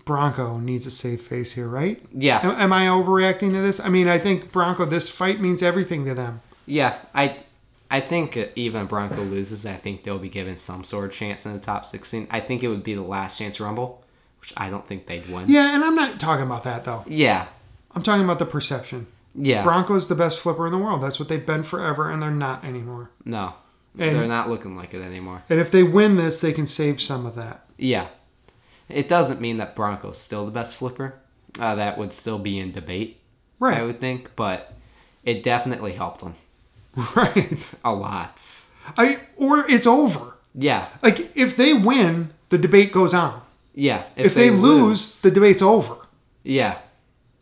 Speaker 1: Bronco needs a safe face here, right? Am,
Speaker 2: yeah,
Speaker 1: am I overreacting to this? I mean, I think Bronco, this fight means everything to them.
Speaker 2: yeah. I I think even if Bronco loses, I think they'll be given some sort of chance in the top sixteen. I think it would be the last chance Rumble, which I don't think they'd win.
Speaker 1: Yeah, and I'm not talking about that, though.
Speaker 2: Yeah,
Speaker 1: I'm talking about the perception.
Speaker 2: yeah.
Speaker 1: Bronco's the best flipper in the world. That's what they've been forever, and they're not anymore.
Speaker 2: no,
Speaker 1: And-
Speaker 2: they're not looking like it anymore.
Speaker 1: And if they win this, they can save some of that.
Speaker 2: Yeah. It doesn't mean that Bronco's still the best flipper. Uh, that would still be in debate, I
Speaker 1: Right.
Speaker 2: would think, but it definitely helped them
Speaker 1: Right.
Speaker 2: a lot.
Speaker 1: I or it's over.
Speaker 2: Yeah.
Speaker 1: Like if they win, the debate goes on.
Speaker 2: Yeah.
Speaker 1: If, they, lose, the debate's over.
Speaker 2: Yeah.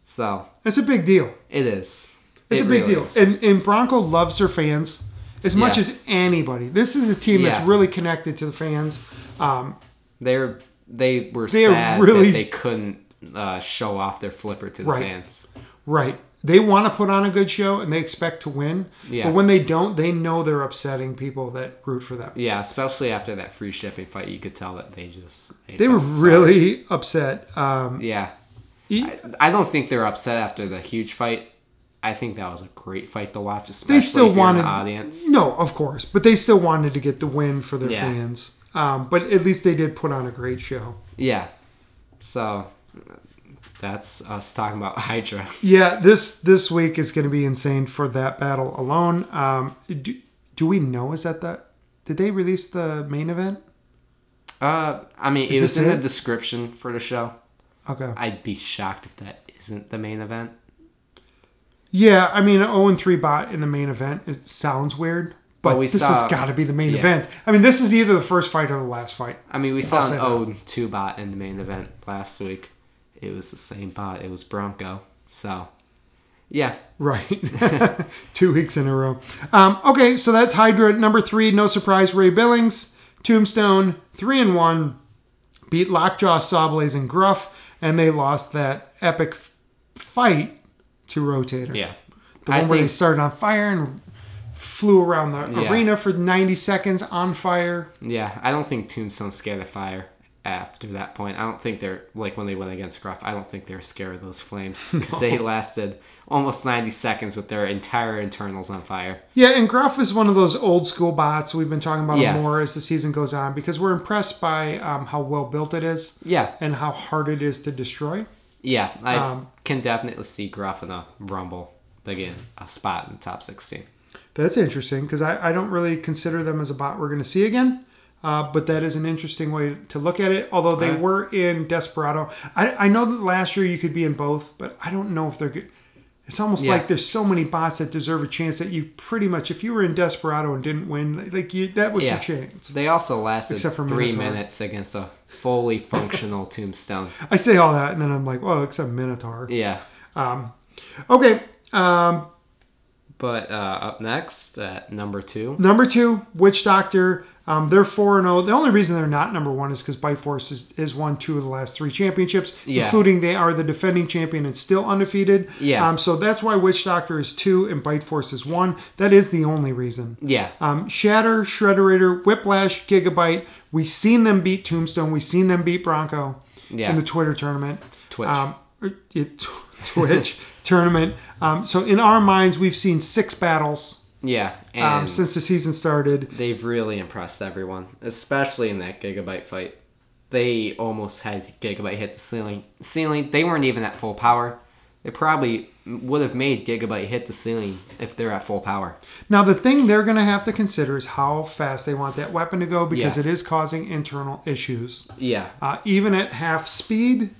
Speaker 2: So
Speaker 1: It's a big deal.
Speaker 2: it is.
Speaker 1: It's
Speaker 2: It
Speaker 1: a big
Speaker 2: really
Speaker 1: deal.
Speaker 2: is.
Speaker 1: And and Bronco loves their fans as much
Speaker 2: Yeah.
Speaker 1: as anybody. This is a team that's
Speaker 2: Yeah.
Speaker 1: really connected to the fans.
Speaker 2: They're they were
Speaker 1: They are
Speaker 2: sad
Speaker 1: really-
Speaker 2: that they couldn't uh, show off their flipper to the
Speaker 1: Right.
Speaker 2: fans.
Speaker 1: Right. They want to put on a good show and they expect to win.
Speaker 2: Yeah.
Speaker 1: But when they don't, they know they're upsetting people that root for them.
Speaker 2: Yeah, especially after that free shipping fight, you could tell that they just
Speaker 1: They were
Speaker 2: felt sad.
Speaker 1: really upset. Um,
Speaker 2: yeah.
Speaker 1: e-
Speaker 2: I don't think they're upset after the huge fight. I think that was a great fight to watch, especially
Speaker 1: they still
Speaker 2: if you're in
Speaker 1: wanted
Speaker 2: the audience.
Speaker 1: No, of course, but they still wanted to get the win for their
Speaker 2: Yeah.
Speaker 1: fans. Um, but at least they did put on a great show.
Speaker 2: Yeah. So that's us talking about Hydra.
Speaker 1: Yeah, this this week is going to be insane for that battle alone. Um, do, do we know is that the did they release the main event?
Speaker 2: Uh, I mean,
Speaker 1: Is
Speaker 2: it was
Speaker 1: this
Speaker 2: in
Speaker 1: it?
Speaker 2: the description for the show.
Speaker 1: Okay.
Speaker 2: I'd be shocked if that isn't the main event.
Speaker 1: Yeah, I mean, an 0 and 3 bot in the main event. It sounds weird, but
Speaker 2: But we
Speaker 1: this
Speaker 2: saw-
Speaker 1: has got to be the main
Speaker 2: yeah.
Speaker 1: event. I mean, this is either the first fight or the last fight.
Speaker 2: I mean, we saw
Speaker 1: say
Speaker 2: an
Speaker 1: that.
Speaker 2: 0 2 bot in the main event last week. It was the same bot. It was Bronco. So, yeah,
Speaker 1: Right. Two weeks in a row. Um, okay, so that's Hydra at number three. No surprise, Ray Billings. Tombstone, three and one. Beat Lockjaw, Sawblaze, and Gruff, and they lost that epic f- fight to Rotator.
Speaker 2: yeah.
Speaker 1: The
Speaker 2: I
Speaker 1: one where they
Speaker 2: think
Speaker 1: started on fire and flew around the
Speaker 2: Yeah.
Speaker 1: arena for 90 seconds on fire.
Speaker 2: Yeah, I don't think Tombstone's scared of fire after that point. I don't think they're like when they went against Gruff. I don't think they're scared of those flames because they lasted almost ninety seconds with their entire internals on fire.
Speaker 1: Yeah, and Gruff is one of those old school bots. We've been talking about
Speaker 2: Yeah.
Speaker 1: him more as the season goes on because we're impressed by um, how well built it is
Speaker 2: Yeah,
Speaker 1: and how hard it is to destroy.
Speaker 2: yeah, I
Speaker 1: Um,
Speaker 2: can definitely see Gruff in a Rumble again, a spot in the top sixteen.
Speaker 1: That's interesting because I, I don't really consider them as a bot we're going to see again. Uh, but that is an interesting way to look at it. Although they
Speaker 2: Right.
Speaker 1: were in Desperado, I, I know that last year you could be in both, but I don't know if they're good. It's almost
Speaker 2: Yeah.
Speaker 1: like there's so many bots that deserve a chance that you pretty much, if you were in Desperado and didn't win, like you, that was
Speaker 2: Yeah,
Speaker 1: your chance.
Speaker 2: they also lasted
Speaker 1: Except for
Speaker 2: three
Speaker 1: Minotaur.
Speaker 2: minutes against a fully functional Tombstone.
Speaker 1: I say all that and then I'm like, well, except Minotaur.
Speaker 2: Yeah,
Speaker 1: Okay,
Speaker 2: but uh, up next at number two,
Speaker 1: Number two, Witch Doctor. Um, they're four and zero. The only reason they're not number one is because Bite Force is, is won two of the last three championships,
Speaker 2: Yeah.
Speaker 1: including they are the defending champion and still undefeated.
Speaker 2: Yeah.
Speaker 1: Um, so that's why Witch Doctor is two and Bite Force is one. That is the only reason.
Speaker 2: yeah,
Speaker 1: Um, Shatter, Shredderator, Whiplash, Gigabyte. We've seen them beat Tombstone. We've seen them beat Bronco
Speaker 2: Yeah.
Speaker 1: in the Twitter tournament.
Speaker 2: Twitch.
Speaker 1: Um, er, yeah, tw- Twitch tournament. Um, so in our minds, we've seen six battles
Speaker 2: yeah, and
Speaker 1: um, since the season started.
Speaker 2: they've really impressed everyone, especially in that Gigabyte fight. They almost had Gigabyte hit the ceiling. Ceiling. They weren't even at full power. It probably would have made Gigabyte hit the ceiling if they're at full power.
Speaker 1: Now, the thing they're going to have to consider is how fast they want that weapon to go because
Speaker 2: Yeah.
Speaker 1: it is causing internal issues.
Speaker 2: Yeah.
Speaker 1: Uh, even at half speed,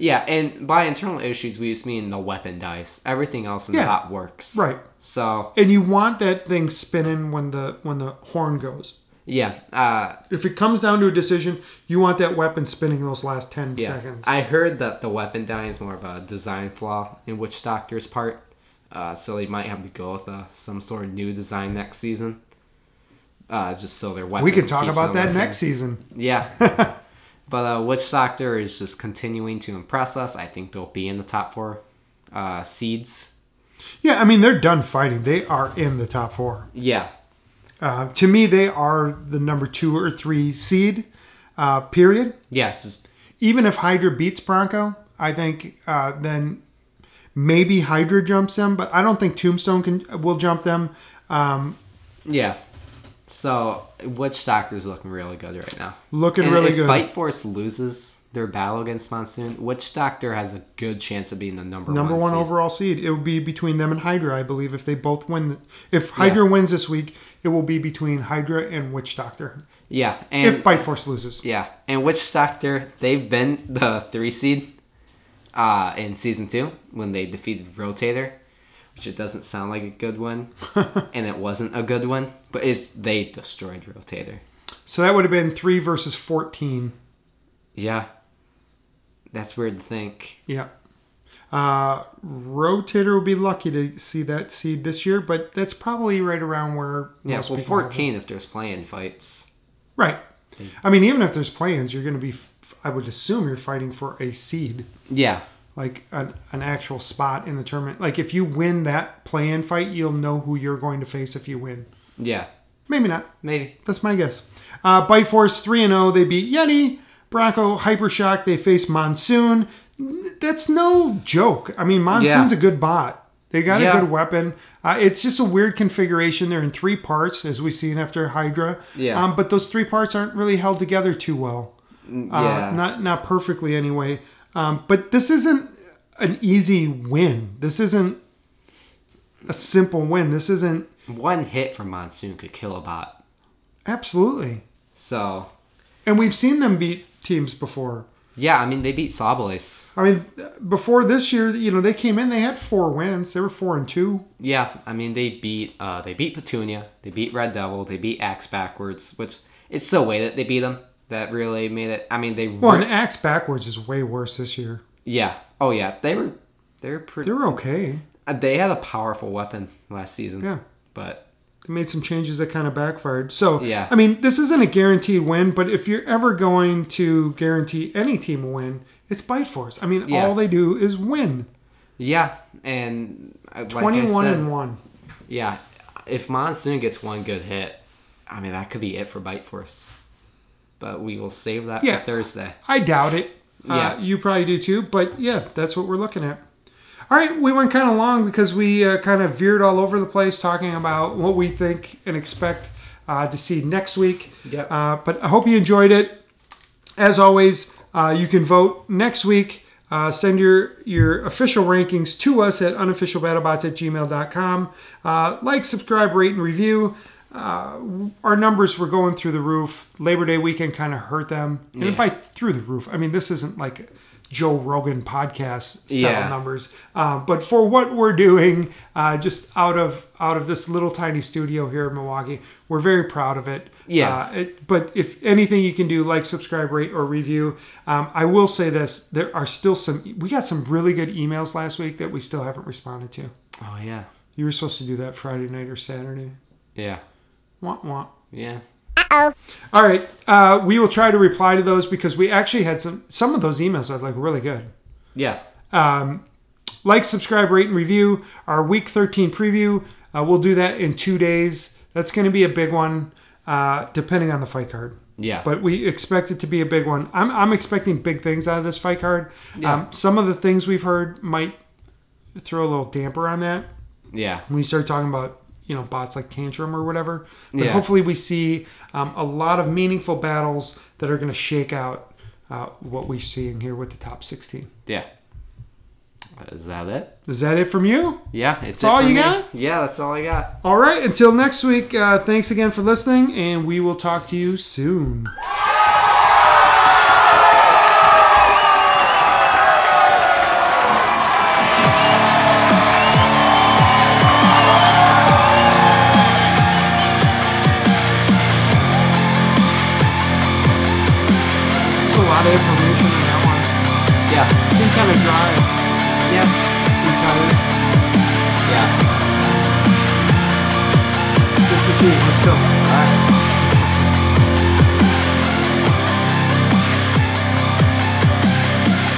Speaker 2: Yeah, and by internal issues, we just mean the weapon dice. Everything else in
Speaker 1: Yeah.
Speaker 2: that works.
Speaker 1: right?
Speaker 2: So,
Speaker 1: And you want that thing spinning when the when the horn goes.
Speaker 2: yeah. Uh,
Speaker 1: If it comes down to a decision, you want that weapon spinning those last ten
Speaker 2: yeah.
Speaker 1: seconds.
Speaker 2: I heard that the weapon die is more of a design flaw in Witch Doctor's part. Uh, so they might have to go with uh, some sort of new design next season. Uh, just so their weapon.
Speaker 1: we can talk
Speaker 2: keeps
Speaker 1: about
Speaker 2: on
Speaker 1: that
Speaker 2: working.
Speaker 1: next season.
Speaker 2: Yeah. but uh, Witch Doctor is just continuing to impress us. I think they'll be in the top four uh, seeds.
Speaker 1: Yeah, I mean they're done fighting. They are in the top four.
Speaker 2: Yeah.
Speaker 1: Uh, to me, they are the number two or three seed. Uh, period.
Speaker 2: Yeah. Just
Speaker 1: Even if Hydra beats Bronco, I think uh, then maybe Hydra jumps them, but I don't think Tombstone can will jump them.
Speaker 2: Yeah. So Witch Doctor's looking really good right now.
Speaker 1: Looking
Speaker 2: And
Speaker 1: really
Speaker 2: if
Speaker 1: good.
Speaker 2: Bite Force loses their battle against Monsoon, Witch Doctor has a good chance of being the number
Speaker 1: Number
Speaker 2: one.
Speaker 1: one
Speaker 2: seed.
Speaker 1: overall seed. It would be between them and Hydra, I believe. If they both win, if Hydra wins this week, it will be between Hydra and Witch Doctor.
Speaker 2: Yeah, and
Speaker 1: If Bite Force loses,
Speaker 2: yeah, and Witch Doctor they've been the three seed, uh, in season two when they defeated Rotator, which it doesn't sound like a good one, and it wasn't a good one, but it's they destroyed Rotator.
Speaker 1: so that would have been three versus fourteen.
Speaker 2: Yeah, that's weird to think.
Speaker 1: Yeah. Uh, Rotator would be lucky to see that seed this year, but that's probably right around where.
Speaker 2: Yeah,
Speaker 1: most
Speaker 2: well,
Speaker 1: people have it.
Speaker 2: fourteen if there's playing fights.
Speaker 1: Right. I mean, even if there's plans, you're going to be. f- I would assume you're fighting for a seed,
Speaker 2: Yeah,
Speaker 1: like an, an actual spot in the tournament. Like if you win that play-in fight, you'll know who you're going to face if you win.
Speaker 2: yeah,
Speaker 1: Maybe not.
Speaker 2: maybe.
Speaker 1: That's my guess. Uh, Bite Force 3 and 0, they beat Yeti. Bronco Hypershock, they face Monsoon. N- That's no joke. I mean, Monsoon's
Speaker 2: Yeah.
Speaker 1: a good bot. They got
Speaker 2: Yeah.
Speaker 1: a good weapon. Uh, it's just a weird configuration. They're in three parts, as we seen after Hydra.
Speaker 2: Yeah.
Speaker 1: Um, but those three parts aren't really held together too well. Uh,
Speaker 2: Mm, yeah.
Speaker 1: Not not perfectly anyway. Um, but this isn't an easy win. This isn't a simple win. This isn't
Speaker 2: One hit from Monsoon could kill a bot.
Speaker 1: absolutely.
Speaker 2: So,
Speaker 1: And we've seen them beat teams before.
Speaker 2: yeah, I mean, they beat Sawblaze.
Speaker 1: I mean, before this year, you know, they came in, they had four wins. They were four and two.
Speaker 2: Yeah, I mean, they beat uh, they beat Petunia, they beat Red Devil, they beat Axe Backwards, which it's the way that they beat them that really made it. I mean, they
Speaker 1: Well,
Speaker 2: were-
Speaker 1: and Axe Backwards is way worse this year.
Speaker 2: yeah, oh yeah, they were they were pretty.
Speaker 1: They were okay.
Speaker 2: uh, They had a powerful weapon last season.
Speaker 1: Yeah.
Speaker 2: but
Speaker 1: They made some changes that kind of backfired. So,
Speaker 2: Yeah.
Speaker 1: I mean, this isn't a guaranteed win, but if you're ever going to guarantee any team a win, it's Bite Force. I mean,
Speaker 2: Yeah.
Speaker 1: all they do is win.
Speaker 2: yeah, and uh, like I
Speaker 1: 21
Speaker 2: said-
Speaker 1: and 1.
Speaker 2: Yeah, if Monsoon gets one good hit, I mean that could be it for Bite Force. But we will save that
Speaker 1: Yeah.
Speaker 2: for Thursday.
Speaker 1: I doubt it.
Speaker 2: Yeah.
Speaker 1: Uh, you probably do too, but yeah, that's what we're looking at. All right, we went kind of long because we uh, kind of veered all over the place talking about what we think and expect uh, to see next week.
Speaker 2: Yep.
Speaker 1: Uh, but I hope you enjoyed it. As always, uh, you can vote next week. Uh, send your, your official rankings to us at unofficialbattlebots at gmail.com. Uh, like, subscribe, rate, and review Uh, our numbers were going through the roof. Labor Day weekend kind of hurt them. And
Speaker 2: Yeah.
Speaker 1: by through the roof, I mean this isn't like Joe Rogan podcast style
Speaker 2: Yeah.
Speaker 1: numbers, uh, but for what we're doing, uh, just out of out of this little tiny studio here in Milwaukee, we're very proud of it.
Speaker 2: Yeah.
Speaker 1: Uh, it, but if anything you can do, like, subscribe, rate, or review. Um, I will say this: there are still some. We got some really good emails last week that we still haven't responded to.
Speaker 2: Oh yeah,
Speaker 1: You were supposed to do that Friday night or Saturday.
Speaker 2: yeah,
Speaker 1: Wah wah.
Speaker 2: yeah.
Speaker 1: All right, uh, we will try to reply to those because we actually had some some of those emails are like really good.
Speaker 2: Yeah.
Speaker 1: Like, subscribe, rate, and review our week thirteen preview. Uh, we'll do that in two days. That's going to be a big one, uh, depending on the fight card.
Speaker 2: Yeah.
Speaker 1: But we expect it to be a big one. I'm, I'm expecting big things out of this fight card. Um, some of the things we've heard might throw a little damper on that.
Speaker 2: yeah.
Speaker 1: when you start talking about you know bots like tantrum or whatever but
Speaker 2: Yeah.
Speaker 1: hopefully we see um, a lot of meaningful battles that are going to shake out uh, what we're seeing here with the top 16
Speaker 2: Yeah. Is that it?
Speaker 1: Is that it from you?
Speaker 2: Yeah, it's
Speaker 1: That's all
Speaker 2: it for
Speaker 1: you
Speaker 2: me.
Speaker 1: got?
Speaker 2: Yeah, that's all I got.
Speaker 1: All right, until next week, uh, thanks again for listening, and we will talk to you soon. There's a lot of information in that
Speaker 2: Yeah,
Speaker 1: one. Seemed kind of dry.
Speaker 2: yeah,
Speaker 1: Retired.
Speaker 2: yeah.
Speaker 1: Good for two. Let's go.
Speaker 2: All right.